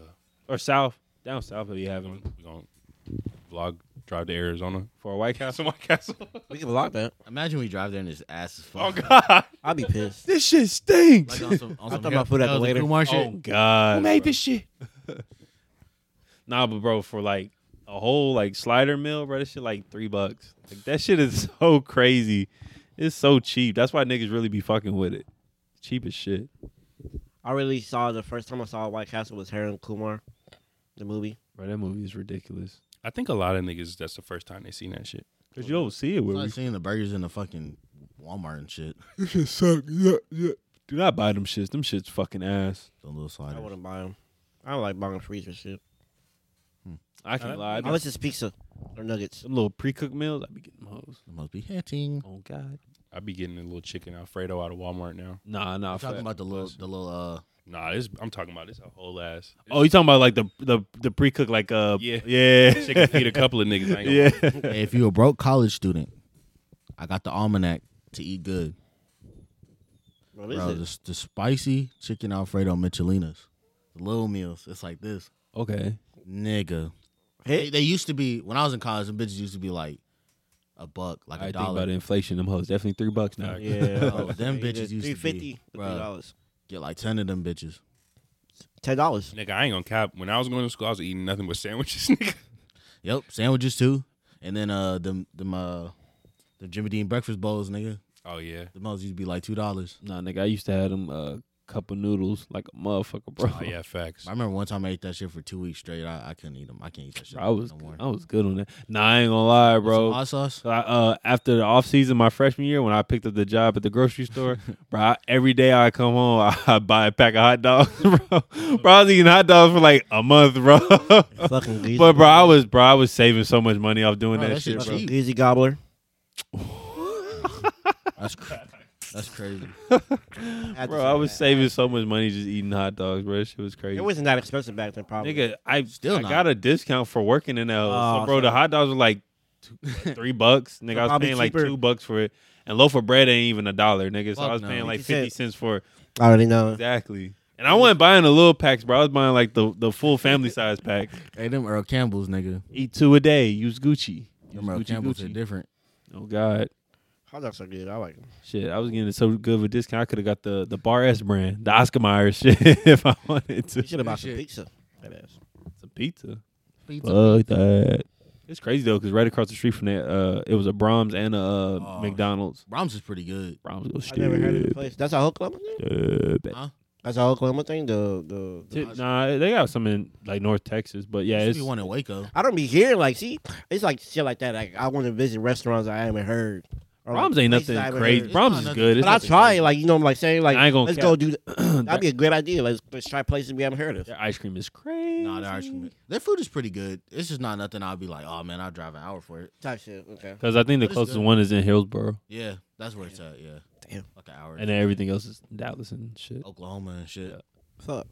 S1: or South, down South, if you have
S2: we
S1: them
S2: gon- we gonna vlog drive to Arizona.
S1: for a White Castle.
S2: Castle, White Castle.
S3: We can block that.
S4: Imagine we drive there and his ass is
S2: oh
S4: fucking.
S2: God,
S3: I'd be pissed.
S1: This shit stinks.
S4: Like on some, on
S3: I
S4: some
S3: thought about put that
S4: Harold
S3: later.
S4: Kumar shit.
S1: oh God, bro.
S5: shit?
S1: Nah, but bro, for like a whole like slider meal, bro, that shit like three bucks. Like that shit is so crazy. It's so cheap. That's why niggas really be fucking with it. Cheap as shit.
S3: I really saw the first time I saw White Castle was Harold Kumar, the movie.
S1: Bro, that movie is ridiculous.
S2: I think a lot of niggas. That's the first time they seen that shit.
S1: Cause you don't see it
S4: It's
S1: where we
S4: like seeing the burgers in the fucking Walmart and shit.
S1: do not buy them shits. Them shits fucking ass.
S4: The little
S3: I
S4: sliders.
S3: wouldn't buy them. I don't like buying freezer shit.
S1: I can
S2: Uh,
S1: lie. Them
S3: Unless it's pizza or nuggets.
S1: little pre cooked meals, I be getting them hoes.
S4: It must be hitting.
S1: Oh God.
S2: I be getting a little chicken Alfredo out of Walmart now.
S1: Nah, nah.
S4: I'm talking
S1: fat.
S4: about the little, the little, uh,
S2: Nah, this I'm talking about this a whole ass.
S1: Oh, you talking about like the the the pre cooked like uh
S2: Yeah.
S1: yeah
S2: chicken feed a couple of niggas. I ain't
S1: yeah.
S2: gonna-
S4: hey, if you a broke college student, I got the almanac to eat good.
S3: What is
S4: Bro,
S3: it?
S4: the, the spicy chicken Alfredo Michelinas. The little meals. It's like this.
S1: Okay.
S4: Nigga. They,
S3: Hey,
S4: they used to be, when I was in college, the bitches used to be like a buck, like
S1: I
S4: a
S1: think about
S4: dollar.
S1: inflation. Them hoes definitely three bucks now.
S2: Facts.
S3: yeah,
S1: Oh,
S4: Bro, them bitches used to be,
S3: three fifty,
S4: bro.
S3: three dollars,
S4: Get like 10 of them bitches.
S3: ten dollars.
S2: Nigga, I ain't gonna cap. When I was going to school, I was eating nothing but sandwiches, nigga.
S4: Yep, sandwiches too. And then uh them them uh the Jimmy Dean breakfast bowls, nigga.
S2: Oh yeah.
S4: The most used to be like two dollars.
S1: Nah, nigga, I used to have them uh, cup of noodles like a motherfucker, bro.
S2: Oh yeah, facts.
S4: I remember one time I ate that shit for two weeks straight. I, I couldn't eat them. I can't eat that shit.
S1: I was
S4: no more.
S1: I was good on that. Nah, I ain't gonna lie,
S4: Some
S1: bro.
S4: hot sauce.
S1: I, uh, after the off season, my freshman year, when I picked up the job at the grocery store, bro, I, every day I come home, I, buy a pack of hot dogs, bro. Bro, I was eating hot dogs for like a month, bro. but
S3: Fucking greasy,
S1: bro, I was bro, I was saving so much money off doing
S4: Bro,
S1: that,
S4: that
S1: shit,
S4: shit
S1: bro.
S4: cheap.
S3: greasy gobbler.
S4: That's cr- that's crazy.
S3: Had to
S1: Bro,
S3: say
S1: I was
S3: that.
S1: saving so much money just eating hot dogs, bro. That shit was crazy.
S3: It wasn't that expensive back then, probably.
S1: Nigga, I
S4: Still
S1: I
S4: not.
S1: got a discount for working in that. house.
S3: Oh,
S1: so, bro, the
S3: so-
S1: hot dogs were like two, like three bucks. Nigga, I was
S3: probably
S1: paying like
S3: cheaper.
S1: two bucks for it, and loaf of bread ain't even a dollar, nigga. So I
S4: Fuck
S1: was
S4: no.
S1: paying like
S3: You
S1: fifty
S3: said-
S1: cents for it.
S3: I already know.
S1: exactly. And I wasn't buying the little packs, bro. I was buying like the, the full family size pack.
S4: hey, them Earl Campbell's, nigga.
S1: Eat two a day. Use Gucci. Use
S4: Them Earl
S1: Gucci,
S4: Campbell's are
S1: Gucci.
S4: different.
S1: Oh God,
S3: Hot dogs are good. I like them.
S1: Shit, I was getting so good with discount. I could have got the the Bar S brand, the Oscar Mayer shit, if I wanted
S3: You
S1: to.
S3: should have bought some
S4: shit.
S3: pizza. That ass.
S1: Some pizza.
S4: Pizza.
S1: Fuck that. It's crazy though, because right across the street from that, uh, it was a Brahms and a uh,
S4: Oh,
S1: McDonald's.
S4: Brahms is pretty good.
S1: Brahms goes
S3: I never heard of the place. That's a Oklahoma thing. That's a Oklahoma thing. The the, the
S1: Nah, they got some in like North Texas, but yeah,
S4: Should
S1: it's
S4: be one in Waco.
S3: I don't be hearing like see, it's like shit like that. Like I want to visit restaurants I haven't heard. Or, like,
S1: Brahms ain't
S3: places
S1: nothing
S3: I haven't
S1: crazy.
S3: heard.
S1: Brahms
S4: not
S1: is
S4: nothing-
S1: good. It's
S3: But I
S1: nothing
S3: try like you know what I'm like saying like
S1: I ain't gonna
S3: let's
S1: cap.
S3: go do. th-
S1: crazy.
S3: That'd be a great idea. Let's let's try places we haven't heard of.
S1: Their ice cream is crazy.
S4: Nah, their ice cream. Their food is pretty good. It's just not nothing. I'd be like, oh man, I'd drive an hour for it.
S3: Type shit. Okay.
S1: Because I think the
S4: But it's
S1: closest
S4: good.
S1: one is in Hillsboro,
S4: Yeah, that's where it's at. Yeah,
S3: Damn.
S4: like an hour.
S1: and then everything else is Dallas and shit.
S4: Oklahoma and shit.
S1: Yeah.
S3: Fuck.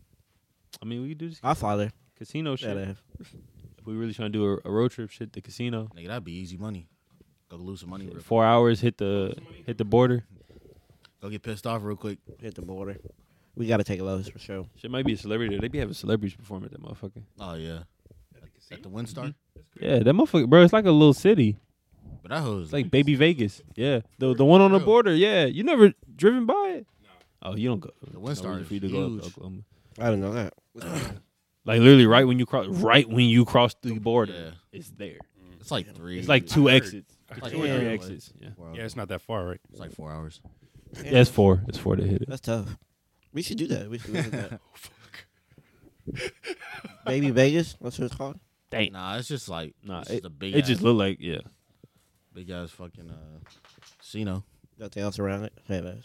S1: I mean, we could do this
S3: My father.
S1: casino shit.
S3: That ass.
S1: If we really trying to do a, a road trip, shit, the casino.
S4: Nigga, that'd be easy money. Go lose some money. Real quick.
S1: Four hours, hit the hit the border.
S4: Go get pissed off real quick.
S3: Hit the border. We gotta take a load for sure.
S1: Shit might be a celebrity. They be having celebrities perform at that motherfucker.
S4: Oh yeah. At the Mm-hmm. Windstar,
S1: Yeah, that motherfucker, bro. It's like a little city.
S4: but that hoes
S1: It's like Baby Vegas. Yeah, the the one on the
S4: Real.
S1: border. Yeah, you never driven by it. Oh, you don't go.
S4: The
S1: no
S4: Windstar
S1: reason
S4: is
S1: for you to go up to
S4: huge.
S1: Oklahoma.
S3: I don't know that.
S1: Like literally, right when you cross, right when you cross the border,
S4: Yeah.
S1: it's there.
S4: it's like three.
S1: It's like two
S2: heard.
S1: exits.
S2: I
S4: Like
S2: heard.
S1: Two or three
S4: Yeah.
S1: exits. Yeah.
S2: Yeah, it's not that far, right?
S4: It's like four hours.
S1: yeah, it's four. It's four to hit it.
S3: That's tough. We should do that. We should visit that. Baby Vegas. That's what it's called.
S1: Dang.
S4: Nah, it's just like
S1: Nah,
S4: it's just a big.
S1: It
S4: ass,
S1: just looked like yeah.
S4: big ass fucking uh, casino.
S3: Nothing else around it. Hey, man.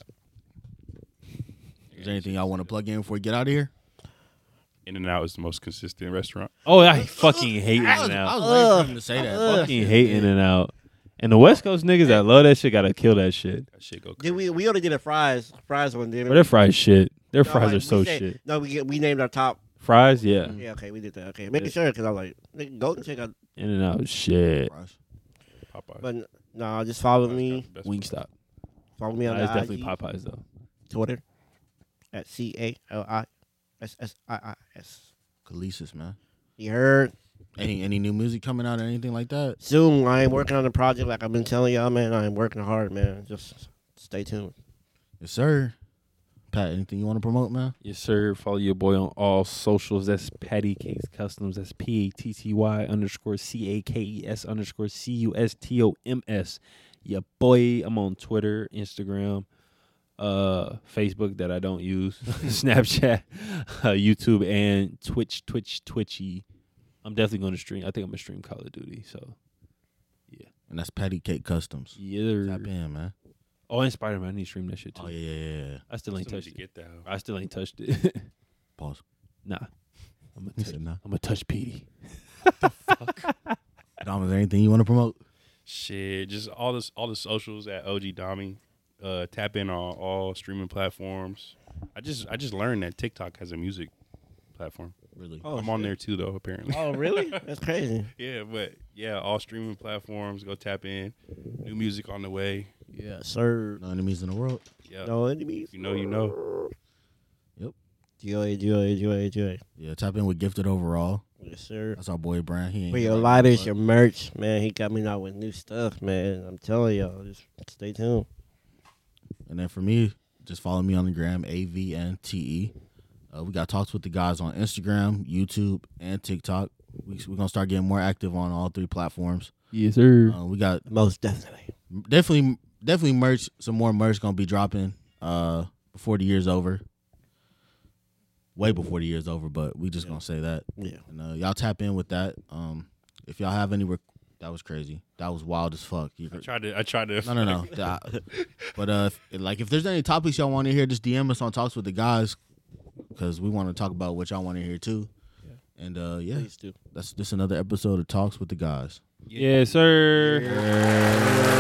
S4: Is there anything y'all want to plug in before we get out of here?
S2: In and Out is the most consistent restaurant.
S1: Oh, I fucking hate In
S4: I was,
S1: and
S4: I
S1: Out.
S4: was waiting for him to say that.
S3: Ugh.
S4: Fuck
S1: Fucking
S4: it.
S1: hate In and Out. And the West Coast niggas that love that shit gotta kill that shit.
S2: That shit go crazy.
S3: Did we we only did a fries fries one? Didn't
S1: But
S3: we?
S1: their fries shit. Their
S3: No,
S1: fries
S3: like,
S1: are
S3: we
S1: so
S3: said-
S1: shit.
S3: No, we get, we named our top.
S1: Fries, yeah.
S3: Yeah, okay, we did that. Okay, making sure because I was like, nigga, Golden Chick, I-
S1: In and Out, shit.
S4: Rush.
S2: Popeye.
S3: but no, just follow me.
S1: Wingstop.
S3: Follow me on
S1: Nah,
S3: the
S1: it's definitely
S3: IG,
S1: Popeyes though.
S3: Twitter at C A L I S S I I S.
S4: Kalisis, man.
S3: You heard?
S4: Any any new music coming out or anything like that?
S3: Soon, I am working on the project like I've been telling y'all, man. I am working hard, man. Just stay tuned.
S4: Yes, sir. Pat, anything you want to promote, man?
S1: Yes, sir. Follow your boy on all socials. That's Patty Cakes Customs. That's P A T T Y underscore C A K E S underscore C U S T O M S. Yeah, boy. I'm on Twitter, Instagram, uh, Facebook that I don't use, Snapchat, uh, YouTube, and Twitch, Twitch, Twitchy. I'm definitely going to stream. I think I'm going to stream Call of Duty. So,
S4: And that's Patty Cake Customs.
S1: yeah.
S4: Tap in, man.
S1: Oh, and Spider Man. I need to stream that shit too.
S4: Oh yeah, yeah, yeah, yeah.
S1: I still ain't
S2: Somebody
S1: touched it.
S2: get that. hoe.
S1: I still ain't touched it.
S4: Pause.
S1: nah. I'm going
S4: He
S1: to touch,
S4: said nah.
S1: I'm gonna touch Petey.
S4: Dom, is there anything you want to promote?
S2: Shit, just all this, all the socials at OG Dami. Uh, tap in on all streaming platforms. I just, I just learned that TikTok has a music platform.
S4: Really?
S3: Oh,
S2: I'm on there too, though. Apparently.
S3: Oh, really? That's crazy.
S2: yeah, but yeah, all streaming platforms. Go tap in. New music on the way.
S3: Yeah, sir.
S4: No enemies in the world.
S2: Yeah.
S3: No enemies.
S2: You know, you know.
S3: Joy, joy, joy, joy.
S4: Yeah, tap in with Gifted Overall.
S3: Yes, sir.
S4: That's our boy Brian. He ain't
S3: For
S4: here
S3: your
S4: right now,
S3: lighters,
S4: but-
S3: your merch, man. He got me out with new stuff, man. I'm telling y'all, just stay tuned.
S4: And then for me, just follow me on the gram, A V N T E. Uh, we got talks with the guys on Instagram, YouTube, and TikTok. We, we're gonna start getting more active on all three platforms.
S1: Yes, sir.
S4: Uh, we got
S3: Most definitely.
S4: definitely definitely merch some more merch gonna be dropping uh before the year's over way before the year's over but we just gonna say that
S3: Yeah.
S4: and uh, y'all tap in with that um if y'all have any rec- that was crazy that was wild as fuck You-
S2: I tried to. I tried to.
S4: no no no That- but uh if, like if there's any topics y'all want to hear just dm us on talks with the guys because we want to talk about what y'all want to hear too and uh yeah
S3: Please do.
S4: that's just another episode of talks with the guys
S1: Yes, sir.
S4: yeah.